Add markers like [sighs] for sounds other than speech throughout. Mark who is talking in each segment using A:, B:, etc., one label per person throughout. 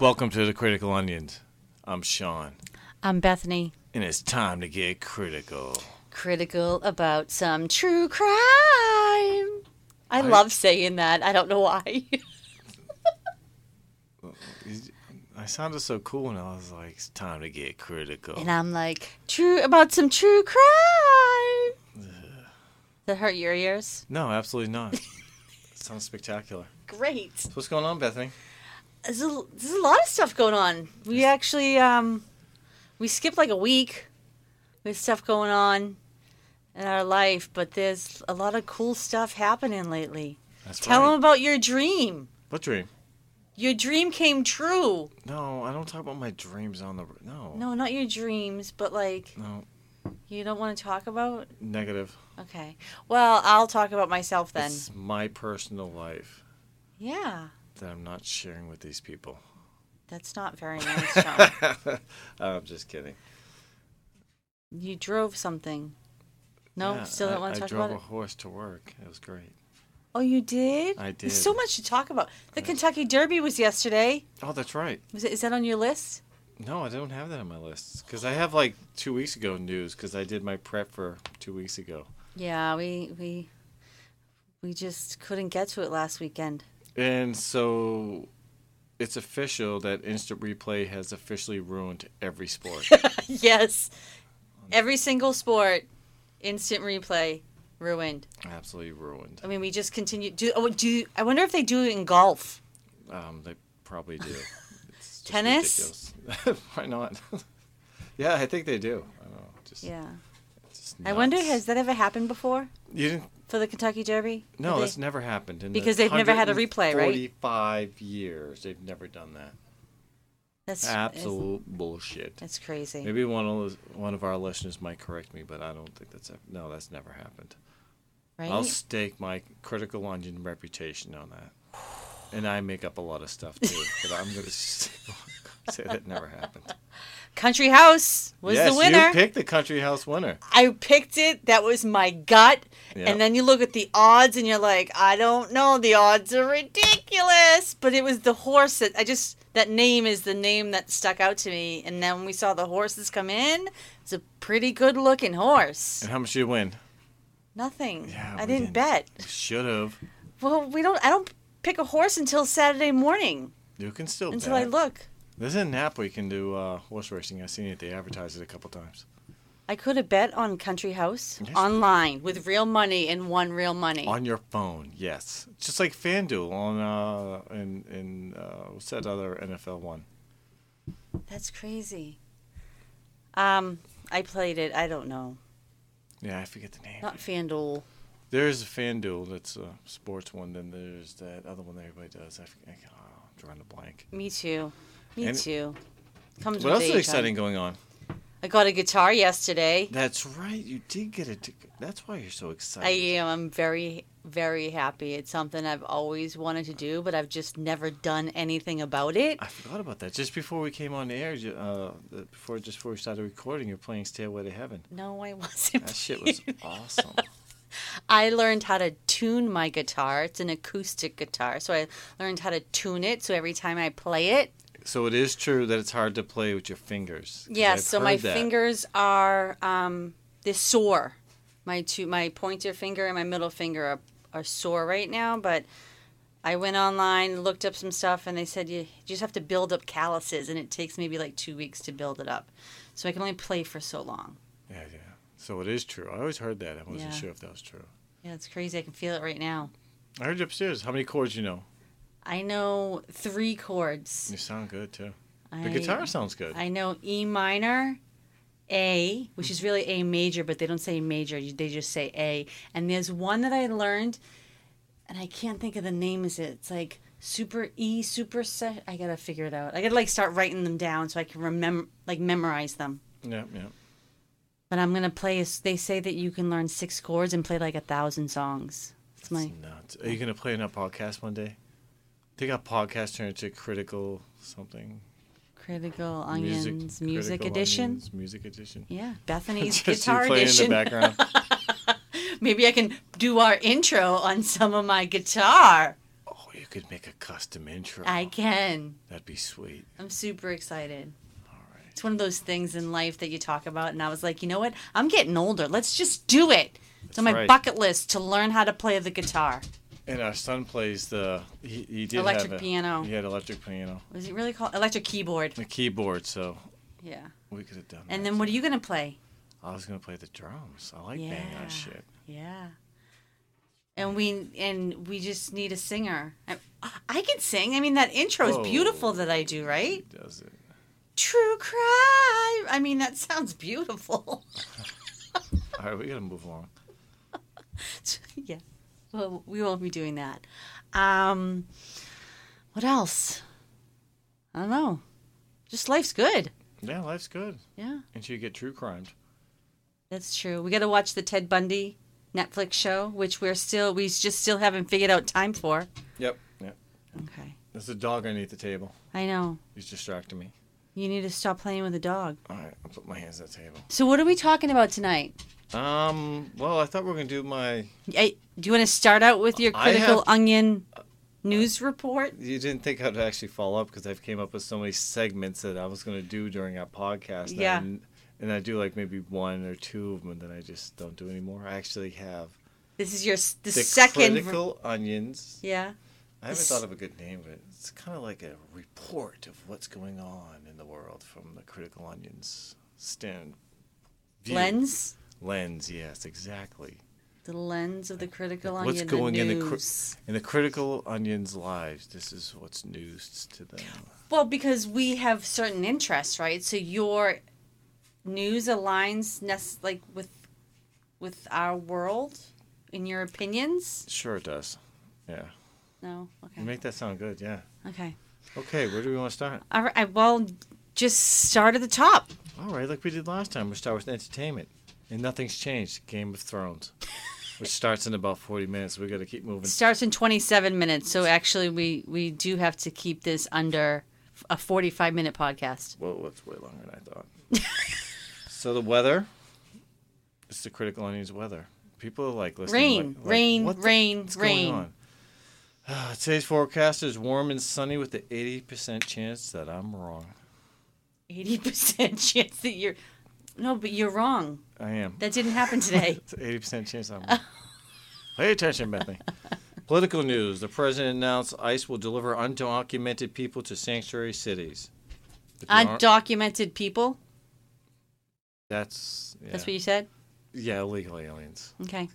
A: Welcome to the Critical Onions. I'm Sean,
B: I'm Bethany.
A: and it's time to get critical.
B: Critical about some true crime. I, love saying that. I don't know why.
A: I sounded so cool, and I was like, "It's time to get critical."
B: and I'm like, true about some true crime. that hurt your ears?
A: no, absolutely not. [laughs] sounds spectacular.
B: Great.
A: So what's going on, Bethany?
B: There's a, there's a lot of stuff going on. We actually um, we skipped like a week. with stuff going on in our life, but there's a lot of cool stuff happening lately.
A: That's
B: Tell
A: right.
B: them about your dream.
A: What dream?
B: Your dream came true.
A: No, I don't talk about my dreams on the no.
B: No, not your dreams, but like
A: No,
B: you don't want to talk about.
A: negative.
B: Okay. Well, I'll talk about myself then.
A: It's my personal life
B: Yeah,
A: that I'm not sharing with these [laughs] people.
B: that's not [laughs] very nice. Sean.
A: I'm just kidding.
B: you drove something. No,
A: Yeah,
B: still don't
A: I-
B: want
A: I
B: to talk
A: drove
B: about it.
A: a horse to work. It was great.
B: Oh, you did.
A: I
B: There's so
A: did.
B: much to talk about. The Kentucky Derby was yesterday.
A: Oh, that's right.
B: Was it, is that on your list?
A: No, I don't have that on my list because I have like two weeks ago news because I did my prep for two weeks ago,
B: Yeah, we we we just couldn't get to it last weekend.
A: and so it's official that instant replay has officially ruined every
B: [laughs]
A: sport.
B: [laughs] yes, every single sport, instant replay ruined.
A: Absolutely ruined.
B: I mean, we just continue. Do oh, do I wonder if they do it in golf?
A: Um, they probably do. It's just
B: Tennis?
A: ridiculous. [laughs] Why not? yeah, I think they do. I don't know. Just,
B: Yeah.
A: it's just
B: I wonder
A: nuts.
B: has that ever happened before
A: you didn't?
B: for the Kentucky Derby?
A: No,
B: Have
A: that's
B: they-
A: never happened. In
B: Because they've never had a replay, right?
A: Forty-five years, they've never done that.
B: that's
A: Absolute bullshit.
B: That's crazy.
A: Maybe one of those- one of our listeners might correct me, but I don't think that's hap- no, that's never happened.
B: right?
A: I'll stake my critical onion reputation on that, and I make up a lot of stuff too. [laughs] but I'm gonna s- [laughs] say that never happened.
B: Country House was
A: yes,
B: the winner.
A: you picked the country house winner.
B: I picked it. That was my gut.
A: Yeah.
B: And then you look at the odds and you're like, I don't know. The odds are ridiculous. But it was the horse that I just, that name is the name that stuck out to me. And then we saw the horses come in. It's a pretty good looking horse.
A: And how much did you win?
B: Nothing.
A: Yeah,
B: I
A: we
B: didn't
A: didn't.
B: bet.
A: Should have.
B: Well, we don't, I don't pick a horse until Saturday morning
A: You can still
B: until
A: bet.
B: I look.
A: There's an app we can do uh, horse racing. I've seen it. They advertise it a couple times.
B: I could have bet on Country House
A: Yes.
B: online with real money and won real money.
A: On your phone, yes. Just like FanDuel on uh in in uh what's that other NFL one?
B: That's crazy. Um, I played it. I don't know.
A: Yeah, I forget the name.
B: Not FanDuel.
A: There is a FanDuel that's a sports one. Then there's that other one that everybody does. I, forget- I, oh, I'm drawing a blank.
B: Me too. Me
A: And-
B: too. Comes
A: What
B: with
A: else is
B: age,
A: exciting
B: hon.
A: going on?
B: I got a guitar yesterday.
A: That's right. You did get a ticket. That's why you're so excited.
B: I am. I'm very, very happy. It's something I've always wanted to do, but I've just never done anything about it.
A: I forgot about that. Just before we came on the air, you- uh, the- before just before we started recording, you're playing Stairway to Heaven.
B: No, I [laughs] wasn't.
A: That shit
B: [laughs]
A: was awesome.
B: I learned how to tune my guitar. It's an acoustic guitar, so I learned how to tune it. So every time I play it,
A: So it is true that it's hard to play with your fingers. 'cause
B: Yes,
A: I've
B: so my
A: heard that.
B: fingers are um they're sore. My two my pointer finger and my middle finger are, are sore right now, but I went online, looked up some stuff and they said you just have to build up calluses and it takes maybe like 2 weeks to build it up. So I can only play for so long.
A: Yeah, yeah. So it is true. I always heard that. I wasn't
B: Yeah.
A: sure if that was true.
B: Yeah, it's crazy. I can feel it right now.
A: I heard you upstairs. How many chords you know?
B: I know 3 chords.
A: You sound good too. The
B: I-
A: guitar sounds good.
B: I know E minor, A, which is really A major, but they don't say major. you- They just say A. And there's one that I learned, and I can't think of the name. Is it? It's like super E, super se- I gotta figure it out. I gotta like start writing them down so I can remember, like memorize them.
A: yeah, yeah.
B: But I'm gonna play. a s- They say that you can learn six chords and play like a thousand songs. It's my
A: It's nuts. Are you gonna play in a podcast one day? They got podcast turned into critical something.
B: critical onions music, edition.
A: Onions, music edition.
B: Yeah, Bethany's
A: [laughs] Just you
B: guitar
A: playing
B: edition.
A: in the
B: [laughs]
A: background.
B: Maybe I can do our intro on some of my guitar.
A: oh, you could make a custom intro.
B: I can.
A: That'd be sweet.
B: I'm super excited.
A: All right.
B: It's one of those things in life that you talk about, and I was like, you know what? I'm getting older. Let's just do it. It's on my
A: That's right.
B: bucket list to learn how to play the guitar.
A: And our son plays the he, he did
B: Electric
A: have a,
B: piano.
A: He had electric piano,
B: Was it really called electric keyboard?
A: the keyboard. So
B: Yeah.
A: we could have done.
B: And
A: that.
B: then what are you gonna play?
A: I was gonna play the drums. I like banging
B: Yeah.
A: on shit.
B: Yeah. And we and we just need a singer. I, I can sing. I mean, that intro is
A: Whoa.
B: beautiful that I do, right?
A: He does it.
B: True crime. I mean, that sounds beautiful.
A: All right, we gotta move along.
B: [laughs] yeah. Well, we won't be doing that. Um, what else? I don't know. Just life's good.
A: Yeah, life's good.
B: Yeah,
A: And you get true crimed.
B: that's true. We got to watch the Ted Bundy Netflix show, which we're still we just still haven't figured out time for.
A: Yep. Yep.
B: Okay.
A: There's a dog underneath the table.
B: I know.
A: He's distracting me.
B: You need to stop playing with the dog.
A: All right, I'll put my hands on the table.
B: So what are we talking about tonight?
A: Um, well, I thought we were gonna do my.
B: I, do you want to start out with your
A: I have- Uh,
B: critical onion news report?
A: You didn't think I'd actually follow up because I've came up with so many segments that I was gonna do during our podcast. and I
B: Yeah.
A: n- and I do like maybe one or two of them, and then I just don't do anymore. I actually have
B: This is your s- the,
A: the
B: second.
A: critical onions.
B: yeah.
A: I haven't
B: This-
A: thought of a good name, but it's kind of like a report of what's going on in the world from the Critical Onion's stand view.
B: Lens.
A: Lens, yes, exactly.
B: The lens of the critical onion.
A: what's going in the cri-
B: news.
A: in the Critical Onion's lives? This is what's news to them.
B: well, because we have certain interests, right? So your news aligns nes- like with with our world in your opinions.
A: Sure, it does. Yeah,
B: No.
A: you
B: Okay.
A: make that sound good. Yeah.
B: Okay.
A: Okay, where do we want to start?
B: All right. I- Well, just start at the top.
A: All right, like we did last time, we start with entertainment, and nothing's changed. Game of
B: [laughs]
A: Thrones, which starts in about forty minutes. We got to keep moving.
B: It starts in 27 minutes, so actually we we do have to keep this under a 45 minute podcast.
A: Whoa, that's way longer than I thought. so the weather. It's the critical onions weather. People are like listening. like-
B: Rain,
A: like,
B: rain,
A: what the-
B: rain,
A: what's going
B: rain.
A: on? Ah, [sighs] Today's forecast is warm and sunny with the eighty percent chance that I'm wrong.
B: 80% [laughs] chance that you're No, but you're wrong.
A: I am.
B: That didn't
A: [laughs]
B: happen today.
A: It's eighty percent chance I'm wrong. Pay attention, Bethany. Political news: The president announced ICE will deliver undocumented people to sanctuary cities. If you aren't-
B: Undocumented people.
A: That's yeah.
B: That's what you said.
A: yeah, illegal aliens.
B: Okay.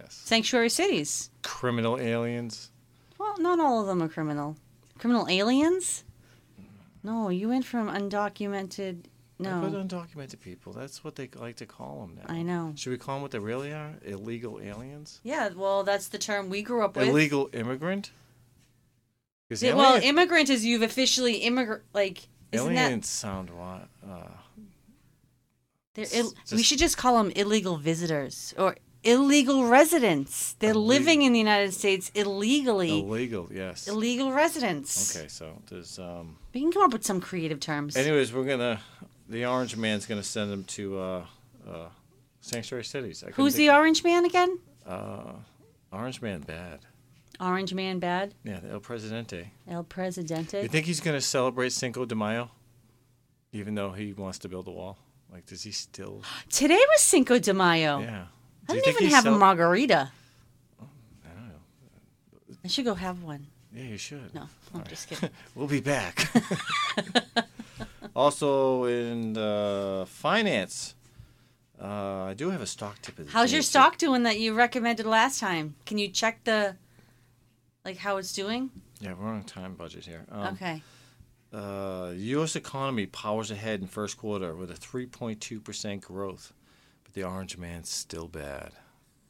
A: Yes,
B: Sanctuary cities.
A: criminal aliens.
B: Well, not all of them are criminal. Criminal aliens? No, you went from undocumented
A: But
B: No.
A: undocumented people, that's what they like to call them now.
B: I know.
A: Should we call them what they really are? Illegal aliens?
B: Yeah, well, that's the term we grew up with.
A: Illegal immigrant? 'Cause
B: Yeah, well,
A: alien-
B: immigrant is you've officially immigrant like isn't
A: aliens sound wa- uh,
B: that they're Ill,
A: it's
B: we
A: just-
B: should just call them illegal visitors or illegal residents. They're
A: Illegal.
B: living in the United States illegally.
A: illegal. Yes.
B: illegal residents.
A: okay, so there's. Um,
B: We can come up with some creative terms.
A: anyways, we're gonna. The Orange Man's gonna send them to uh, uh, sanctuary cities. I couldn't
B: Who's the
A: think-
B: orange man again?
A: uh, Orange Man? Bad.
B: Orange man bad.
A: Yeah, the El Presidente.
B: El
A: You
B: Presidente.
A: think he's gonna celebrate Cinco de Mayo, even though he wants to build a wall? Like, does he still?
B: Today was Cinco de Mayo.
A: Yeah.
B: I
A: Do you
B: didn't
A: think
B: even
A: he
B: have a
A: sell-
B: margarita.
A: I don't know.
B: I should go have one.
A: Yeah, you should.
B: No, I'm
A: [laughs]
B: just kidding.
A: We'll be
B: [laughs]
A: back. [laughs] also, in uh, finance, uh, I do have a stock tip of the
B: How's
A: day,
B: your
A: so-
B: stock doing that you recommended last time? Can you check the like how it's doing?
A: Yeah, we're on a time budget here. Um,
B: okay.
A: Uh, U.S. economy powers ahead in first quarter with a 3.2% growth, but the orange man's still bad.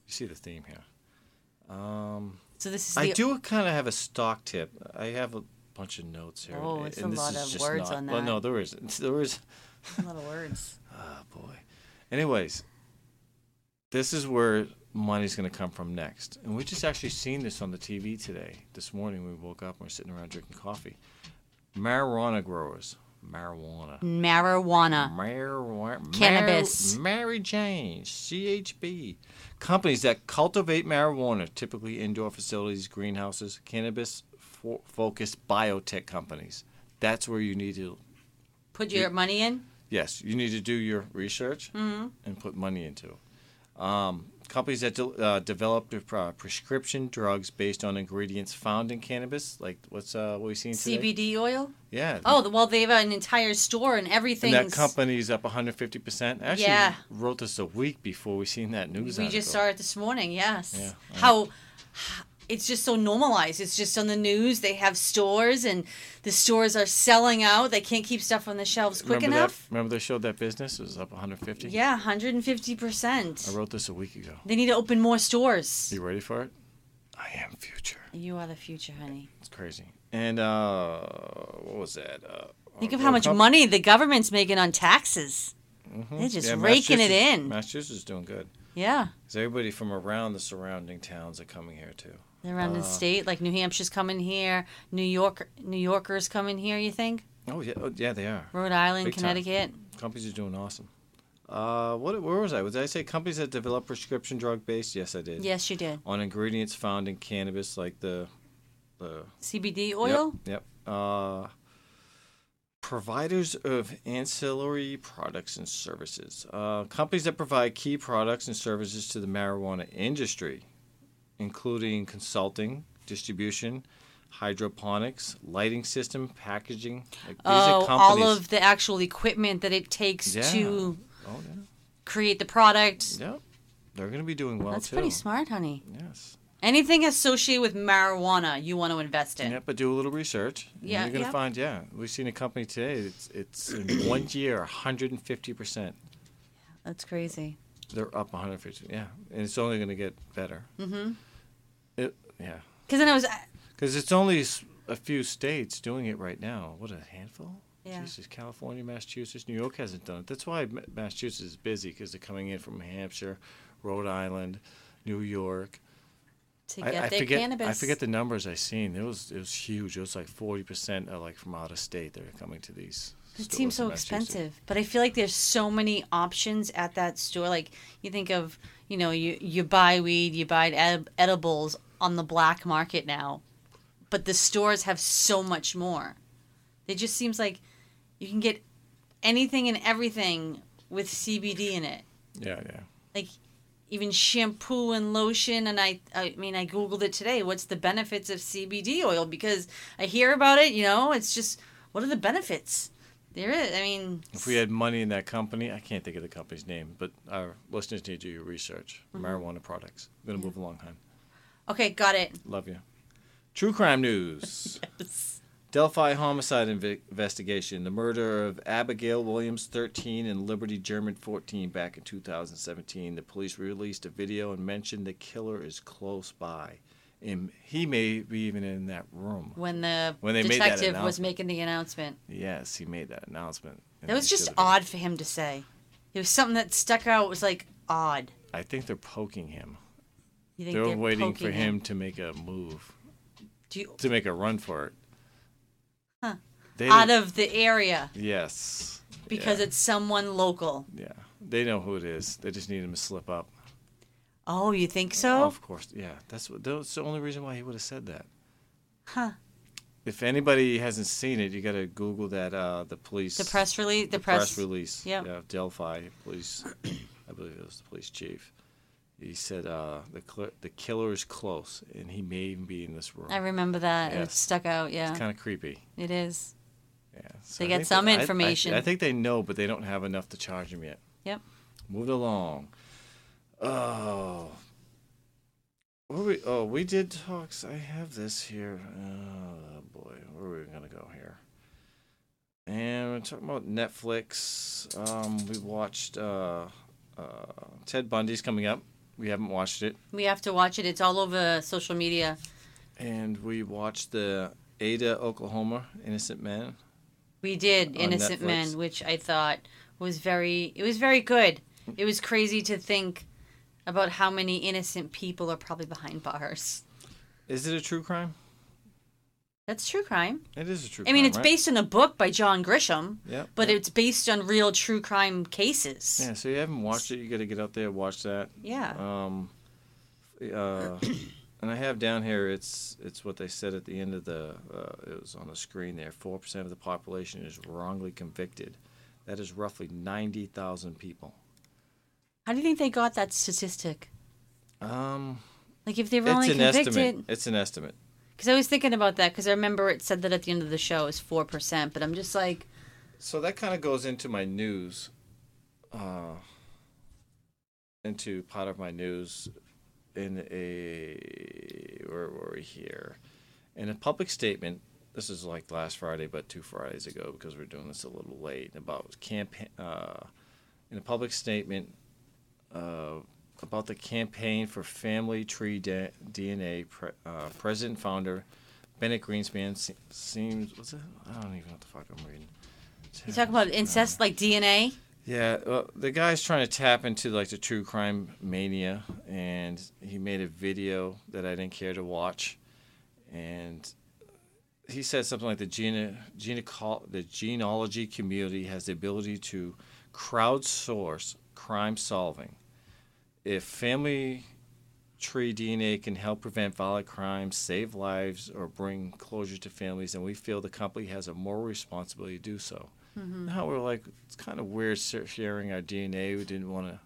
A: You see the theme here. Um,
B: So this is
A: I
B: the [laughs]
A: do kind of have a stock tip. I have a bunch of notes here.
B: Oh, it's a
A: and this
B: lot
A: is
B: of
A: just
B: words
A: not- [laughs]
B: on
A: Well,
B: that.
A: no, there isn't. There is.
B: a lot of words.
A: Ah, boy. Anyways, this is where money's going to come from next. And we just actually seen this on the TV today. This morning we woke up and we're sitting around drinking coffee. Marijuana growers. Marijuana.
B: Marijuana.
A: Marijuana.
B: Cannabis.
A: Mary Jane. CHB. Companies that cultivate marijuana, typically indoor facilities, greenhouses, cannabis fo- focused biotech companies. That's where you need to
B: Put your money in.
A: Yes, you need to do your research and put money into. it. Um, companies that de- uh, develop their pro- prescription drugs based on ingredients found in cannabis, like what's uh, what we seen today.
B: CBD oil.
A: Yeah.
B: Oh, the- well, they have an entire store and everything.
A: And that company's up 150 percent. Actually,
B: Yeah.
A: wrote this a week before we seen that news.
B: We just
A: article.
B: saw it this morning. Yes.
A: Yeah, I
B: How it's just so normalized. It's just on the news. They have stores, and the stores are selling out. They can't keep stuff on the shelves quick
A: remember
B: enough.
A: That, remember they showed that business it was up 150.
B: Yeah, 150
A: I
B: percent.
A: wrote this a week ago.
B: They need to open more stores.
A: You ready for it? I am future.
B: You are the future, honey.
A: It's crazy. And uh, what was that? Uh,
B: Think of
A: a
B: how much
A: company-
B: money the government's making on taxes. They're just
A: Mm-hmm. Yeah,
B: raking it
A: Massachusetts-
B: in.
A: Massachusetts is doing good.
B: Yeah.
A: Because everybody from around the surrounding towns are coming here too.
B: They're around the
A: Uh.
B: state, like New Hampshire's coming here, New York, New Yorkers coming here. You think
A: Oh yeah, oh, yeah, they are.
B: Rhode Island,
A: Big time.
B: Connecticut?
A: Companies are doing awesome. Uh, what? Where was I? Was I say companies that develop prescription drug based? Yes, I did.
B: Yes, you did.
A: On ingredients found in cannabis, like the, the
B: CBD oil.
A: Yep. yep. Uh, providers of ancillary products and services. Uh, companies that provide key products and services to the marijuana industry, including consulting, distribution, hydroponics, lighting system, packaging. Like, these
B: Oh,
A: are
B: all
A: companies.
B: of the actual equipment that it takes
A: Yeah.
B: to
A: Oh, yeah.
B: create the product.
A: Yep. They're going to be doing well
B: That's
A: too.
B: pretty smart, honey.
A: Yes.
B: Anything associated with marijuana, you want to invest in.
A: Yeah, but do a little research. and
B: Yeah,
A: You're going to
B: yeah.
A: find, yeah. We've seen a company today, it's, it's
B: [coughs]
A: in one year, 150%.
B: That's crazy.
A: They're up 150. Yeah, and it's only going to get better. Mm-hmm. It, yeah,
B: Because then I was, uh,
A: because it's only s- a few states doing it right now. What a handful!
B: Yeah.
A: Jesus, California, Massachusetts, New York hasn't done it. That's why Ma- Massachusetts is busy because they're coming in from Hampshire, Rhode Island, New York.
B: to
A: I,
B: get
A: I
B: their
A: forget.
B: cannabis.
A: I forget the numbers I seen. It was it was huge. It was like 40 percent are like from out of state. They're coming to these.
B: It
A: stores
B: seems
A: in
B: so
A: Massachusetts.
B: expensive, but I feel like there's so many options at that store. Like you think of, you know, you you buy weed, you buy ed- edibles on the black market now, but the stores have so much more. It just seems like you can get anything and everything with CBD in it.
A: Yeah, yeah.
B: Like even shampoo and lotion and I I mean I googled it today, what's the benefits of CBD oil because I hear about it, you know, it's just what are the benefits? There is I mean
A: If we had money in that company, I can't think of the company's name, but our listeners need to do your research.
B: Mm-hmm.
A: Marijuana products. I'm going to move along, hon.
B: Okay, got it.
A: Love you. True crime
B: [laughs]
A: news. Delphi homicide inve- investigation. The murder of Abigail Williams, 13, and Liberty German, 14, back in 2017. The police released a video and mentioned the killer is close by. And he may be even in that room.
B: When the
A: When they made that
B: detective was
A: announcement.
B: making the announcement.
A: Yes, he made that announcement. and
B: That was
A: they
B: just
A: should've-
B: odd for him to say. It was something that stuck out. It was like odd.
A: I think they're poking him.
B: You think
A: They're, waiting for
B: poking
A: him to make a move.
B: Do you,
A: to make a run for it.
B: Huh.
A: They
B: out
A: didn't-
B: of the area
A: yes,
B: because
A: yeah.
B: it's someone local.
A: yeah, they know who it is. They just need him to slip up.
B: Oh, you think so?
A: Of course, yeah. That's what- that's the only reason why he would have said that.
B: Huh.
A: If anybody hasn't seen it, you got to Google that. Uh, the police,
B: The press release. The,
A: the
B: press.
A: release.
B: yeah.
A: yeah, Delphi police. [clears throat] I believe it was the police chief. He said uh, the cl- the killer is close, and he may even be in this room.
B: I remember that. It
A: Yes.
B: stuck out. Yeah,
A: It's kind of creepy.
B: it is.
A: Yeah. So
B: They
A: I
B: get
A: think
B: some
A: I- I-
B: information.
A: I think they know, but they don't have enough to charge him yet.
B: Yep.
A: Moving along. Oh. Where we? Oh, we did talks. I have this here. Oh boy, where are we gonna go here? And we're talking about Netflix. Um, we watched uh, uh, Ted Bundy's coming up. We haven't watched it,
B: We have to watch it. It's all over social media.
A: and we watched the Ada Oklahoma Innocent Man.
B: We did
A: On
B: Innocent
A: Netflix.
B: Men, which I thought was very. It was very good. it was crazy to think about how many innocent people are probably behind bars.
A: Is it a true crime?
B: That's true crime.
A: It is a true
B: I
A: crime.
B: mean, it's
A: right?
B: based on a book by John Grisham,
A: Yep,
B: but
A: yep.
B: it's based on real true crime cases.
A: Yeah, so you haven't watched it. You got to get out there watch that.
B: Yeah.
A: Um, uh, and I have down here. It's it's what they said at the end of the. Uh, it was on the screen there. Four percent of the population is wrongly convicted. That is roughly ninety thousand people.
B: How do you think they got that statistic?
A: Um,
B: Like, if they were
A: it's
B: only
A: an estimate.
B: convicted.
A: It's an estimate.
B: Because I was thinking about that, because I remember it said that at the end of the show is 4%, but I'm just like,
A: So that kind of goes into my news. Uh, into part of my news in a where were we here? In a public statement, this is like last Friday, but two Fridays ago because we're doing this a little late about campaign. Uh, in a public statement uh, about the campaign for Family Tree Da- DNA, pre- uh, president founder Bennett Greenspan se- seems what's that? I don't even know what the fuck I'm reading.
B: you talk about
A: uh,
B: incest, like DNA?
A: Yeah, well, the guy's trying to tap into like the true crime mania, and he made a video that I didn't care to watch, and he said something like the gene, geneco- the genealogy community has the ability to crowdsource crime solving. If family tree DNA can help prevent violent crimes, save lives, or bring closure to families, then we feel the company has a moral responsibility to do so.
B: Mm-hmm.
A: Now we're like, it's kind of weird sa- sharing our DNA. We didn't want to,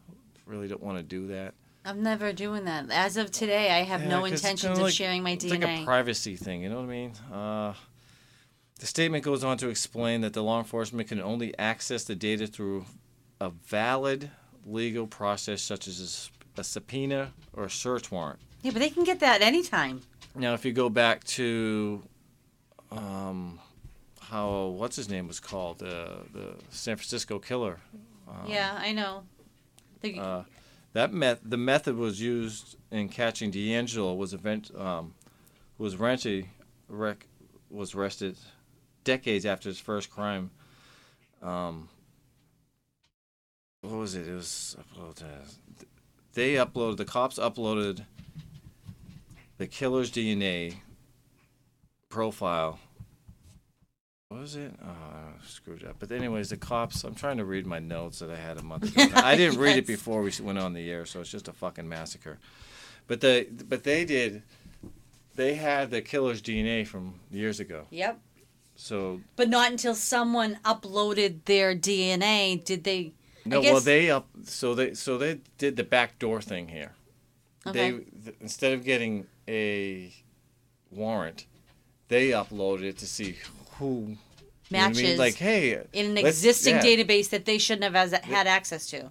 A: really don't want to do that.
B: I'm never doing that. As of today, I have
A: Yeah,
B: no
A: 'cause it's
B: intentions
A: kinda
B: of
A: like-
B: sharing my
A: it's
B: DNA.
A: like a privacy thing, you know what I mean? Uh, the statement goes on to explain that the law enforcement can only access the data through a valid legal process, such as a s- a, subpoena or a search warrant.
B: yeah, but they can get that anytime.
A: Now, if you go back to um, how what's his name was called, uh, the San Francisco killer,
B: yeah, I know. The-
A: Uh, that met the method was used in catching D'Angelo was event um, was rented rec, was arrested decades after his first crime. Um, what was it? It was uploaded. They uploaded the cops uploaded the killer's DNA profile. What was it? Oh, I screwed up. But anyways, the cops. I'm trying to read my notes that I had a month ago. I didn't read it
B: Yes.
A: before we went on the air, so it's just a fucking massacre. But the but they did. They had the killer's DNA from years ago.
B: yep.
A: So
B: But not until someone uploaded their DNA did they.
A: no,
B: I guess,
A: well they up. So they so they did the backdoor thing here.
B: Okay.
A: They th- instead of getting a warrant, they uploaded it to see who you know what I mean?
B: Matches.
A: Like hey,
B: in an
A: let's-
B: existing
A: yeah.
B: database that they shouldn't have as, had access to.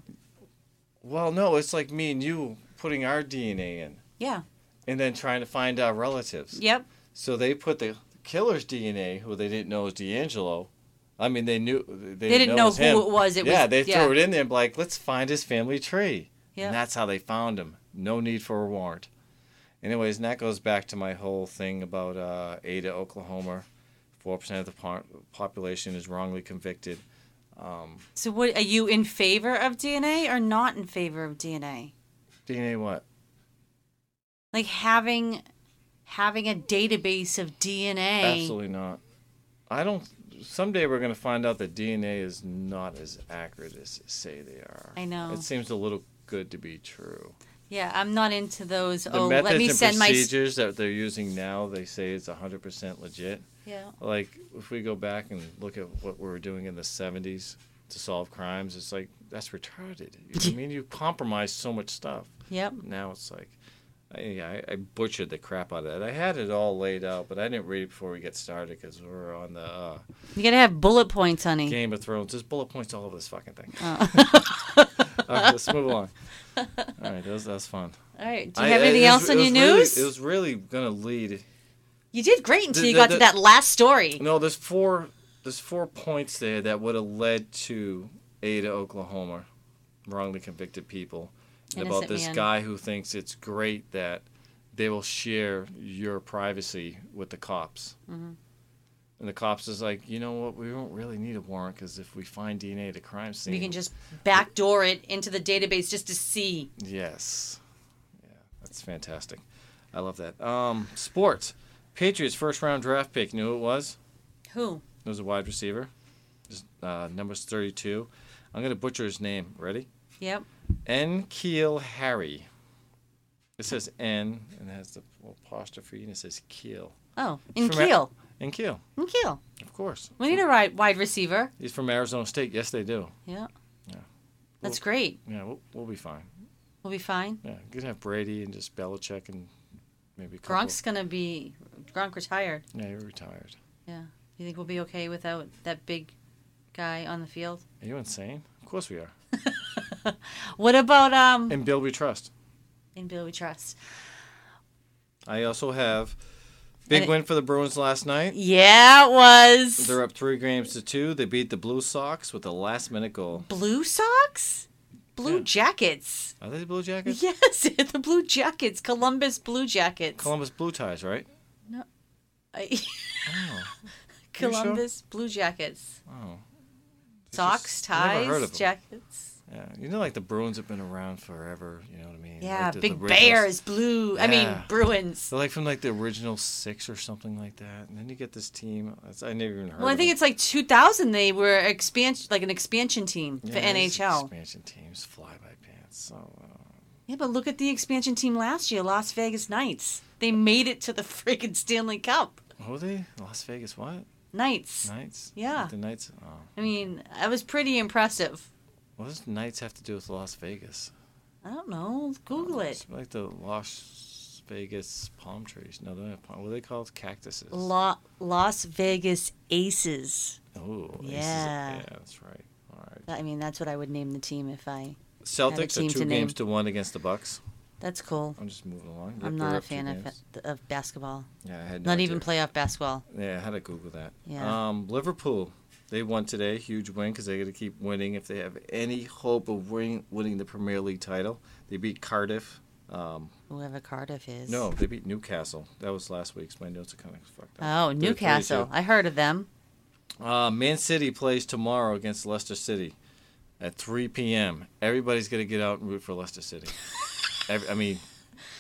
A: Well, no, it's like me and you putting our DNA in
B: Yeah.
A: and then trying to find our relatives.
B: Yep.
A: So they put the killer's DNA, who they didn't know was D'Angelo. I mean, they knew they,
B: didn't
A: it
B: know
A: was
B: who
A: him.
B: it was. It
A: yeah,
B: was-
A: they
B: yeah.
A: threw it in there, and be like, let's find his family tree.
B: Yeah.
A: And that's how they found him. No need for a warrant. Anyways, and that goes back to my whole thing about uh, Ada, Oklahoma. Four percent of the po- population is wrongly convicted.
B: So what are you in favor of DNA or not in favor of DNA?
A: DNA what?
B: Like having having a database of DNA.
A: Absolutely not. I don't. Someday we're going to find out that DNA is not as accurate as say they are.
B: I know.
A: It seems a little good to be true.
B: Yeah, I'm not into those.
A: The
B: oh,
A: methods
B: let me
A: and
B: send my s-
A: procedures that they're using now, they say it's 100% legit.
B: Yeah.
A: Like, if we go back and look at what we were doing in the 70s to solve crimes, it's like, that's retarded. You know what I mean, you compromise so much stuff.
B: Yep.
A: Now it's like, I, yeah, I, I butchered the crap out of that. I had it all laid out, but I didn't read it before we got started because we were on the uh,
B: You got to have bullet points, honey.
A: Game of Thrones. There's bullet points all over this fucking thing.
B: Oh.
A: [laughs] all right, let's move
B: [laughs]
A: along. All right, that was, that was fun.
B: All right. Do you
A: I-
B: have
A: I-
B: anything
A: it
B: else
A: was-
B: on
A: it
B: your
A: was really-
B: news?
A: it was really gonna lead.
B: you did great until
A: The-
B: you
A: the-
B: got
A: the-
B: to that last story.
A: No, there's four. There's four points there that would have led to Ada, Oklahoma, wrongly convicted people, and about
B: Innocent
A: this
B: man.
A: guy who thinks it's great
B: Mm-hmm.
A: that they will share your privacy with the cops. And the cops is like, you know what? We don't really need a warrant because if we find DNA at a crime scene,
B: We can just backdoor it into the database just to see.
A: Yes. Yeah, that's fantastic. I love that. Um, sports. Patriots first round draft pick. Knew who it was?
B: Who?
A: It was a wide receiver. Just, uh, numbers 32. I'm going to butcher his name. Ready?
B: Yep.
A: N. Keel Harry. It says N and it has the little apostrophe and it says Keel.
B: Oh, in
A: From Ar-
B: Keel.
A: N. Keel,
B: In Keel.
A: of course.
B: We need a ri- wide receiver.
A: He's from Arizona State. Yes, they do.
B: Yeah.
A: Yeah.
B: That's great.
A: Yeah, we'll, we'll be fine.
B: We'll be fine.
A: Yeah, you can have Brady and just Belichick and maybe a couple-
B: Gronk's gonna be Gronk retired.
A: Yeah, you're retired.
B: Yeah. You think we'll be okay without that big guy on the field?
A: Are you insane? Of course we are.
B: What about um
A: And Bill we trust.
B: in Bill we trust?
A: I also have big
B: And it-
A: win for the Bruins last night.
B: Yeah, it was
A: They're up three games to two. They beat the Blue Sox with a last minute goal.
B: Blue Sox? Blue
A: Yeah.
B: Jackets.
A: Are they the Blue Jackets?
B: [laughs] Yes, the Blue Jackets, Columbus Blue Jackets.
A: Columbus Blue Ties, right? [laughs]
B: I-
A: Oh, sure?
B: Columbus Blue Jackets.
A: oh. It's
B: Socks,
A: just- I never heard of
B: ties,
A: 'em.
B: jackets.
A: Yeah, you know, like the Bruins have been around forever. You know what I mean?
B: Yeah,
A: Like the- the
B: Big
A: original-
B: Bears, Blue. I mean
A: Yeah.
B: Bruins.
A: They're like from like the original six or something like that, and then you get this team. that's- I never even heard.
B: Well, I
A: of
B: think
A: them.
B: it's like 2000. They were expansion, like an expansion team for
A: Yeah, these
B: NHL.
A: expansion teams fly by pants. So uh,
B: yeah, but look at the expansion team last year, Las Vegas Knights. They made it to the [laughs] freaking Stanley Cup.
A: who are they? Las Vegas what?
B: Knights.
A: Knights?
B: Yeah.
A: Like the Knights. Oh.
B: I mean, that was pretty impressive.
A: What does Knights have to do with Las Vegas? Oh,
B: I don't know. Google it.
A: It's like the Las Vegas palm trees. No, they're not palm. What are they called? Cactuses.
B: La- Las Vegas Aces.
A: oh, aces.
B: Yeah.
A: Yeah, that's right. All right.
B: I mean, that's what I would name the team if I.
A: Celtics
B: team
A: are
B: to
A: two
B: name.
A: games to one against the Bucks.
B: That's cool.
A: I'm just moving along. They're-
B: I'm
A: they're
B: not a
A: up two
B: fan of,
A: games.
B: of basketball.
A: Yeah, I had no
B: Not
A: idea.
B: even playoff basketball.
A: Yeah, I had to Google that.
B: Yeah.
A: Um, Liverpool, they won today. Huge win because they got to keep winning if they have any hope of winning, winning the Premier League title. They beat Cardiff. Um,
B: Whoever Cardiff is.
A: no, they beat Newcastle. That was last week's. My notes are kind of fucked up.
B: Oh,
A: They're 3-2.
B: Newcastle. I heard of them.
A: Uh, Man City plays tomorrow against Leicester City at 3 p.m. Everybody's going to get out and root for Leicester
B: [laughs]
A: City. Every, I mean,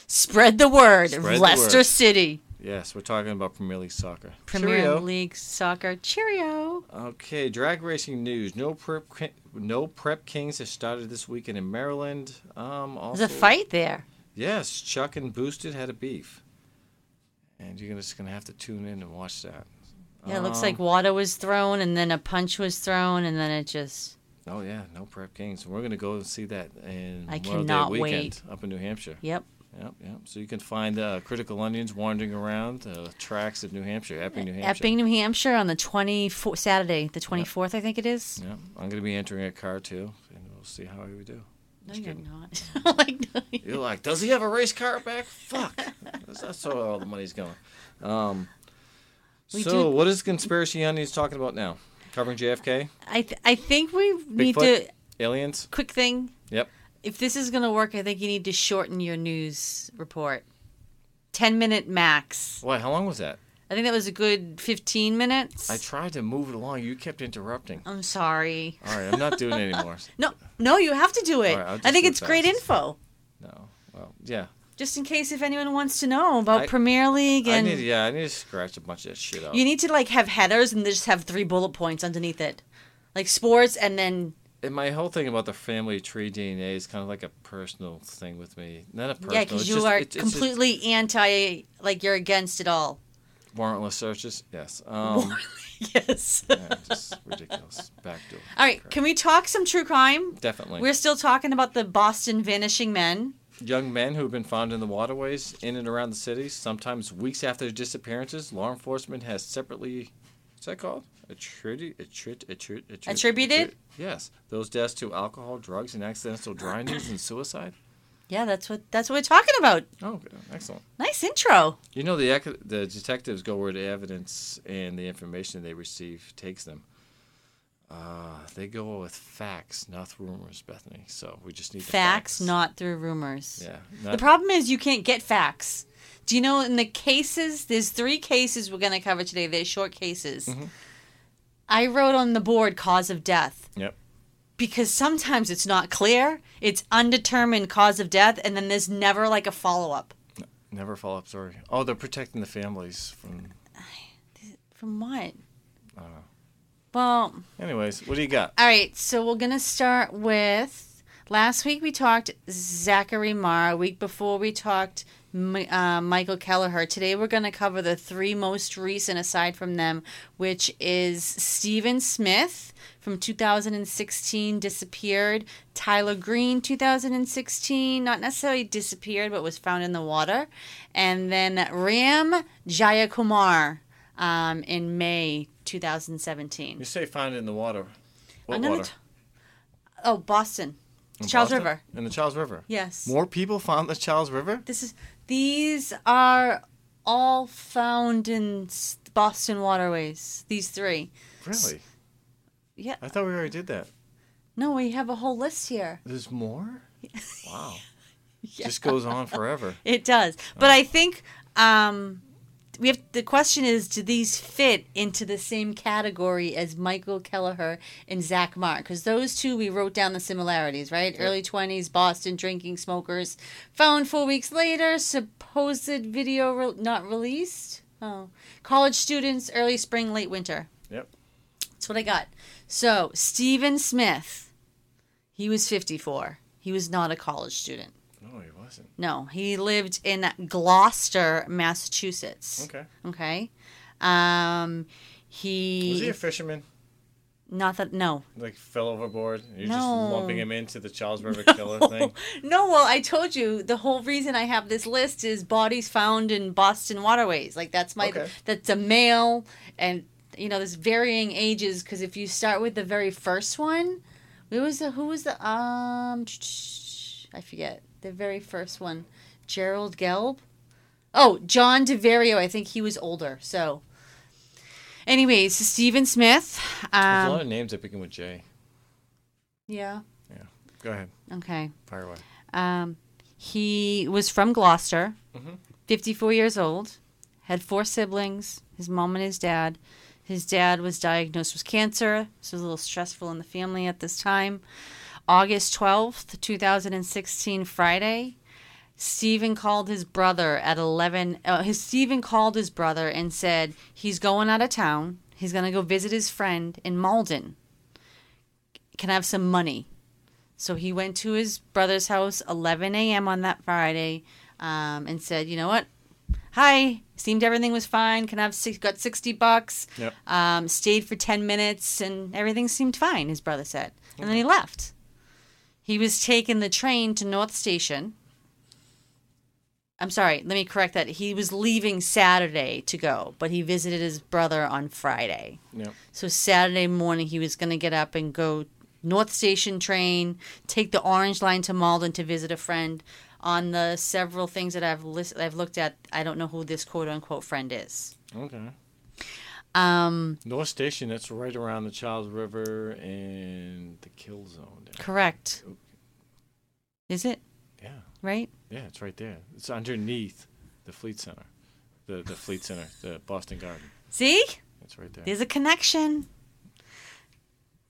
B: Spread the word.
A: Spread the
B: Leicester
A: word.
B: City.
A: yes, we're talking about Premier League soccer.
B: Premier
A: Cheerio.
B: League soccer. Cheerio.
A: Okay, drag racing news. No prep, ki- no prep kings has started this weekend in Maryland. Um, also,
B: There's a fight there.
A: Yes, Chuck and Boosted had a beef, and you're gonna- just gonna have to tune in and watch that.
B: Yeah, it looks
A: Um,
B: like water was thrown and then a punch was thrown and then it just.
A: Oh yeah, no prep kings. We're gonna go and see that in
B: I
A: Memorial Day
B: cannot
A: weekend up in New Hampshire.
B: Yep.
A: Yep, yep. So you can find uh, critical onions wandering around the tracks of New Hampshire, Epping, New Hampshire.
B: Epping, New Hampshire on the 24th, Saturday, the 24th, I think it is.
A: Yep, I'm gonna be entering a car too, and we'll see how we do.
B: No,
A: Just
B: you're
A: kidding.
B: not. [laughs] like, no, you-
A: You're like, does he have a race car back? Fuck. That's, that's where all the money's going. Um,
B: We
A: so,
B: do-
A: what is Conspiracy Onions talking about now? Covering JFK?
B: I, th- I think we need
A: Bigfoot?
B: to.
A: Aliens?
B: Quick thing.
A: Yep.
B: If this is going to work, I think you need to shorten your news report. 10 minute max.
A: Why, how long was that?
B: I think that was a good 15 minutes.
A: I tried to move it along. You kept interrupting.
B: I'm sorry.
A: All right, I'm not doing it anymore.
B: [laughs]
A: [laughs]
B: No, no, you have to do it.
A: All right, I'll
B: I
A: just
B: think
A: do it
B: it's great
A: fast.
B: info.
A: No. Well, yeah.
B: Just in case if anyone wants to know about
A: I-
B: Premier League
A: I
B: and
A: need, yeah, I need to scratch a bunch of that shit out.
B: you need to like have headers and just have three bullet points underneath it. Like sports and then
A: and my whole thing about the family tree DNA is kind of like a personal thing with me. Not a personal.
B: yeah, because
A: it's
B: you
A: just-
B: are
A: it's- it's just
B: completely anti like you're against
A: [laughs]
B: it all.
A: warrantless searches. Yes. Um,
B: [laughs] Yes.
A: yeah, just ridiculous. Backdoor.
B: all right, can we talk some true crime?
A: Definitely.
B: We're still talking about the Boston vanishing men.
A: Young men who have been found in the waterways in and around the city, sometimes weeks after their disappearances, law enforcement has separately, what's that called? Attribu- attrit- attrit- attrit-
B: Attributed?
A: attrit- Yes. Those deaths to alcohol, drugs, and accidental drownings and suicide.
B: Yeah, that's what that's what we're talking about.
A: Oh, okay. excellent.
B: Nice intro.
A: You know, the, ec- the detectives go where the evidence and the information they receive takes them. Uh, they go with facts, not rumors, Bethany. So we just need the
B: Facts, not through rumors.
A: Yeah.
B: The
A: not-
B: problem is you can't get facts. Do you know in the cases, there's three cases we're going to cover today. They're short cases.
A: Mm-hmm.
B: I wrote on the board cause of death
A: yep.
B: because sometimes it's not clear, it's undetermined cause of death, and then there's never like a follow up.
A: Never follow up story. Oh, they're protecting the families from.
B: From what? Well,
A: Anyways, what do you got?
B: all right, so we're going to start with last week we talked Zachary Marr, week before we talked Mi- uh, Michael Kelleher. Today we're going to cover the three most recent aside from them, which is Stephen Smith from 2016 disappeared, Tyler Green 2016 not necessarily disappeared but was found in the water, and then Ram Jayakumar um, in May 2017.
A: You say find it in the water. What
B: I'm gonna
A: water?
B: t- oh, Boston.
A: In
B: Charles
A: Boston?
B: River.
A: In the Charles River.
B: Yes.
A: More people found the Charles River?
B: This is these are all found in s- Boston waterways. These three.
A: Really?
B: Yeah.
A: I thought we already did that.
B: No, we have a whole list here.
A: There's
B: [laughs]
A: more? Wow. Just goes on forever.
B: [laughs] It does. But I think um we have the question is do these fit into the same category as Michael Kelleher and Zach Marr? Because those two we wrote down the similarities, right? Early twenties, Boston drinking smokers, found four weeks later, supposed video re- not released. Oh, college students, early spring, late winter.
A: Yep.
B: That's what I got. So Stephen Smith, he was fifty-four. He was not a college student.
A: No, he wasn't.
B: No, he lived in Gloucester, Massachusetts.
A: Okay.
B: Okay. Um, he,
A: Was he a fisherman?
B: not that no
A: Like fell overboard? You're just
B: No.
A: lumping him into the Charles
B: [laughs]
A: River killer thing?
B: no. Um, Well, I told you the whole reason I have this list is bodies found in Boston waterways. Like that's my
A: Okay.
B: that's a male and you know there's varying ages because if you start with the very first one, who was the who was the um I forget the very first one Gerald Gelb. Oh, John DeVario. I think he was older. So, anyways, Stephen Smith.
A: There's a lot
B: Um,
A: of names that begin with J.
B: yeah.
A: Go ahead.
B: Okay.
A: Fire away.
B: Um, he was from Gloucester, 54 years old, had four siblings, his mom and his dad. His dad was diagnosed with cancer, so it was a little stressful in the family at this time. August 12th, 2016, Friday, Stephen called his brother at 11. Uh, his Stephen called his brother and said he's going out of town. He's going to go visit his friend in Malden. Can I have some money? So he went to his brother's house 11 a.m. on that Friday um, and said, you know what? Hi, seemed everything was fine. Can I have six, got 60 bucks?
A: Yep.
B: Um, stayed for 10 minutes and everything seemed fine, his brother said. And then he left. He was taking the train to North Station. I'm sorry, let me correct that. He was leaving Saturday to go, but he visited his brother on Friday.
A: Yep.
B: So Saturday morning, he was going to get up and go North Station train, take the Orange Line to Malden to visit a friend. On the several things that I've list- I've looked at, I don't know who this quote unquote friend is.
A: Okay.
B: Um,
A: North Station, that's right around the Charles River and the kill zone. There.
B: correct. Is it
A: Yeah.
B: right?
A: Yeah, it's right there. It's underneath the Fleet Center, the the Fleet Center, the Boston Garden.
B: See,
A: It's right there.
B: there's a connection.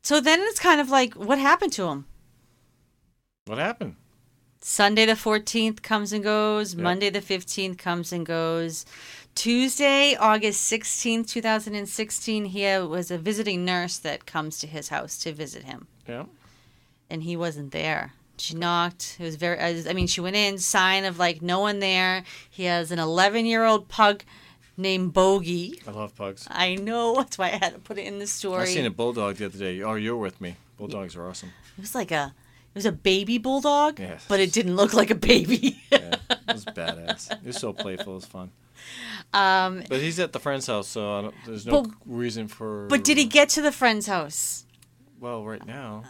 B: So then it's kind of like, what happened to him?
A: What happened?
B: Sunday the 14th comes and goes.
A: Yep.
B: Monday the 15th comes and goes. Tuesday, August 16th, 2016, he was a visiting nurse that comes to his house to visit him,
A: Yeah.
B: and he wasn't there. She knocked. It was very, I mean, she went in, sign of like no one there. He has an 11 year old pug named Bogey.
A: I love pugs.
B: I know, [laughs] that's why I had to put it in the story.
A: I seen a bulldog the other day. Oh, you're with me. Bulldogs are
B: [laughs]
A: awesome.
B: It was like a. It was a baby bulldog,
A: Yes.
B: but it didn't look like a baby.
A: Yeah,
B: [laughs]
A: it was badass. He's so playful. It's fun. Um, but he's at the friend's house, so I don't, there's no
B: But-
A: reason for.
B: but did he get to the friend's house?
A: Well, right now,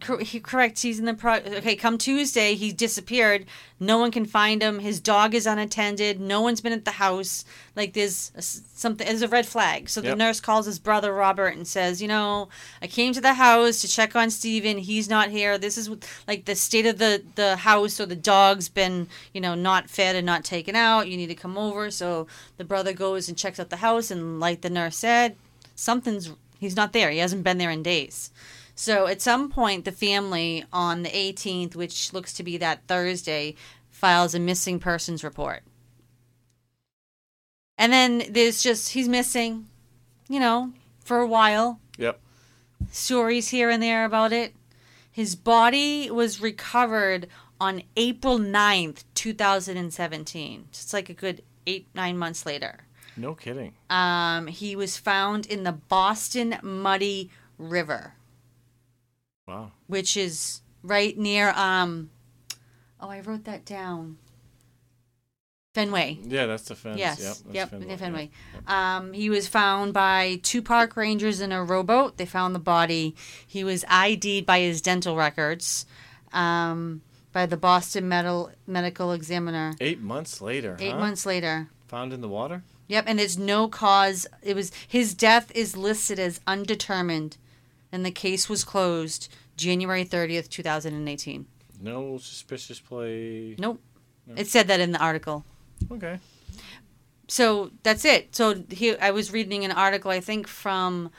B: cor- he correct. He's in the pro. Okay, come Tuesday, he disappeared. No one can find him. His dog is unattended. No one's been at the house. Like there's a s something. There's a red flag. So the
A: Yep.
B: nurse calls his brother Robert and says, you know, I came to the house to check on Steven. He's not here. This is what- like the state of the the house or the dog's been you know not fed and not taken out. You need to come over. So the brother goes and checks out the house and like the nurse said, something's he's not there. He hasn't been there in days. So at some point, the family on the 18th, which looks to be that Thursday, files a missing persons report. And then there's just, he's missing, you know, for a while.
A: Yep.
B: Stories here and there about it. His body was recovered on April 9th, 2017. It's like a good eight, nine months later.
A: No kidding.
B: Um, he was found in the Boston Muddy River
A: Wow.
B: which is right near um oh I wrote that down. Fenway.
A: Yeah, that's the fence.
B: Yes.
A: Yep. that's
B: Yep. yep.
A: Fenway,
B: near
A: yeah.
B: Fenway. Um, he was found by two park rangers in a rowboat. They found the body. He was ID'd by his dental records, um, by the Boston Medal Medical Examiner.
A: Eight months later.
B: Eight
A: huh?
B: months later.
A: Found in the water.
B: Yep, and there's no cause. It was his death is listed as undetermined, and the case was closed January 30th, 2018.
A: No suspicious play.
B: Nope. It said that in the article.
A: Okay.
B: So that's it. So he, I was reading an article, I think from,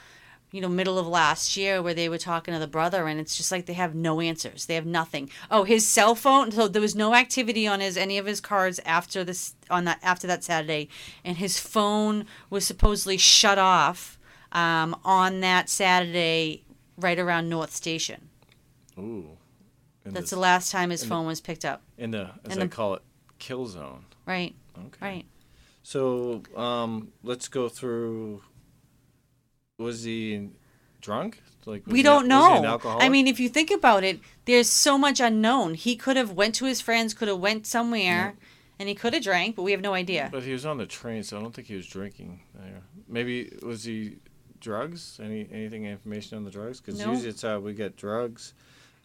B: you know, middle of last year where they were talking to the brother, and it's just like they have no answers. They have nothing. Oh, his cell phone. So there was no activity on his any of his cards after this on that after that Saturday, and his phone was supposedly shut off um, on that Saturday, right around North Station.
A: Ooh. In
B: That's
A: the,
B: the last time his
A: and the-
B: phone was picked up.
A: in the as
B: in
A: I
B: the-
A: call it kill zone.
B: Right.
A: Okay.
B: Right.
A: So um, let's go through. Was he drunk? Like was
B: we
A: he-
B: don't
A: was he an
B: know i
A: alcoholic?
B: mean if you think about it there's so much unknown he could have went to his friends could have went somewhere and he could have drank but we have no idea
A: But he was on the train, so I don't think he was drinking there. Maybe was he drugs? Any anything information on the drugs? Because
B: No.
A: usually it's how we get drugs,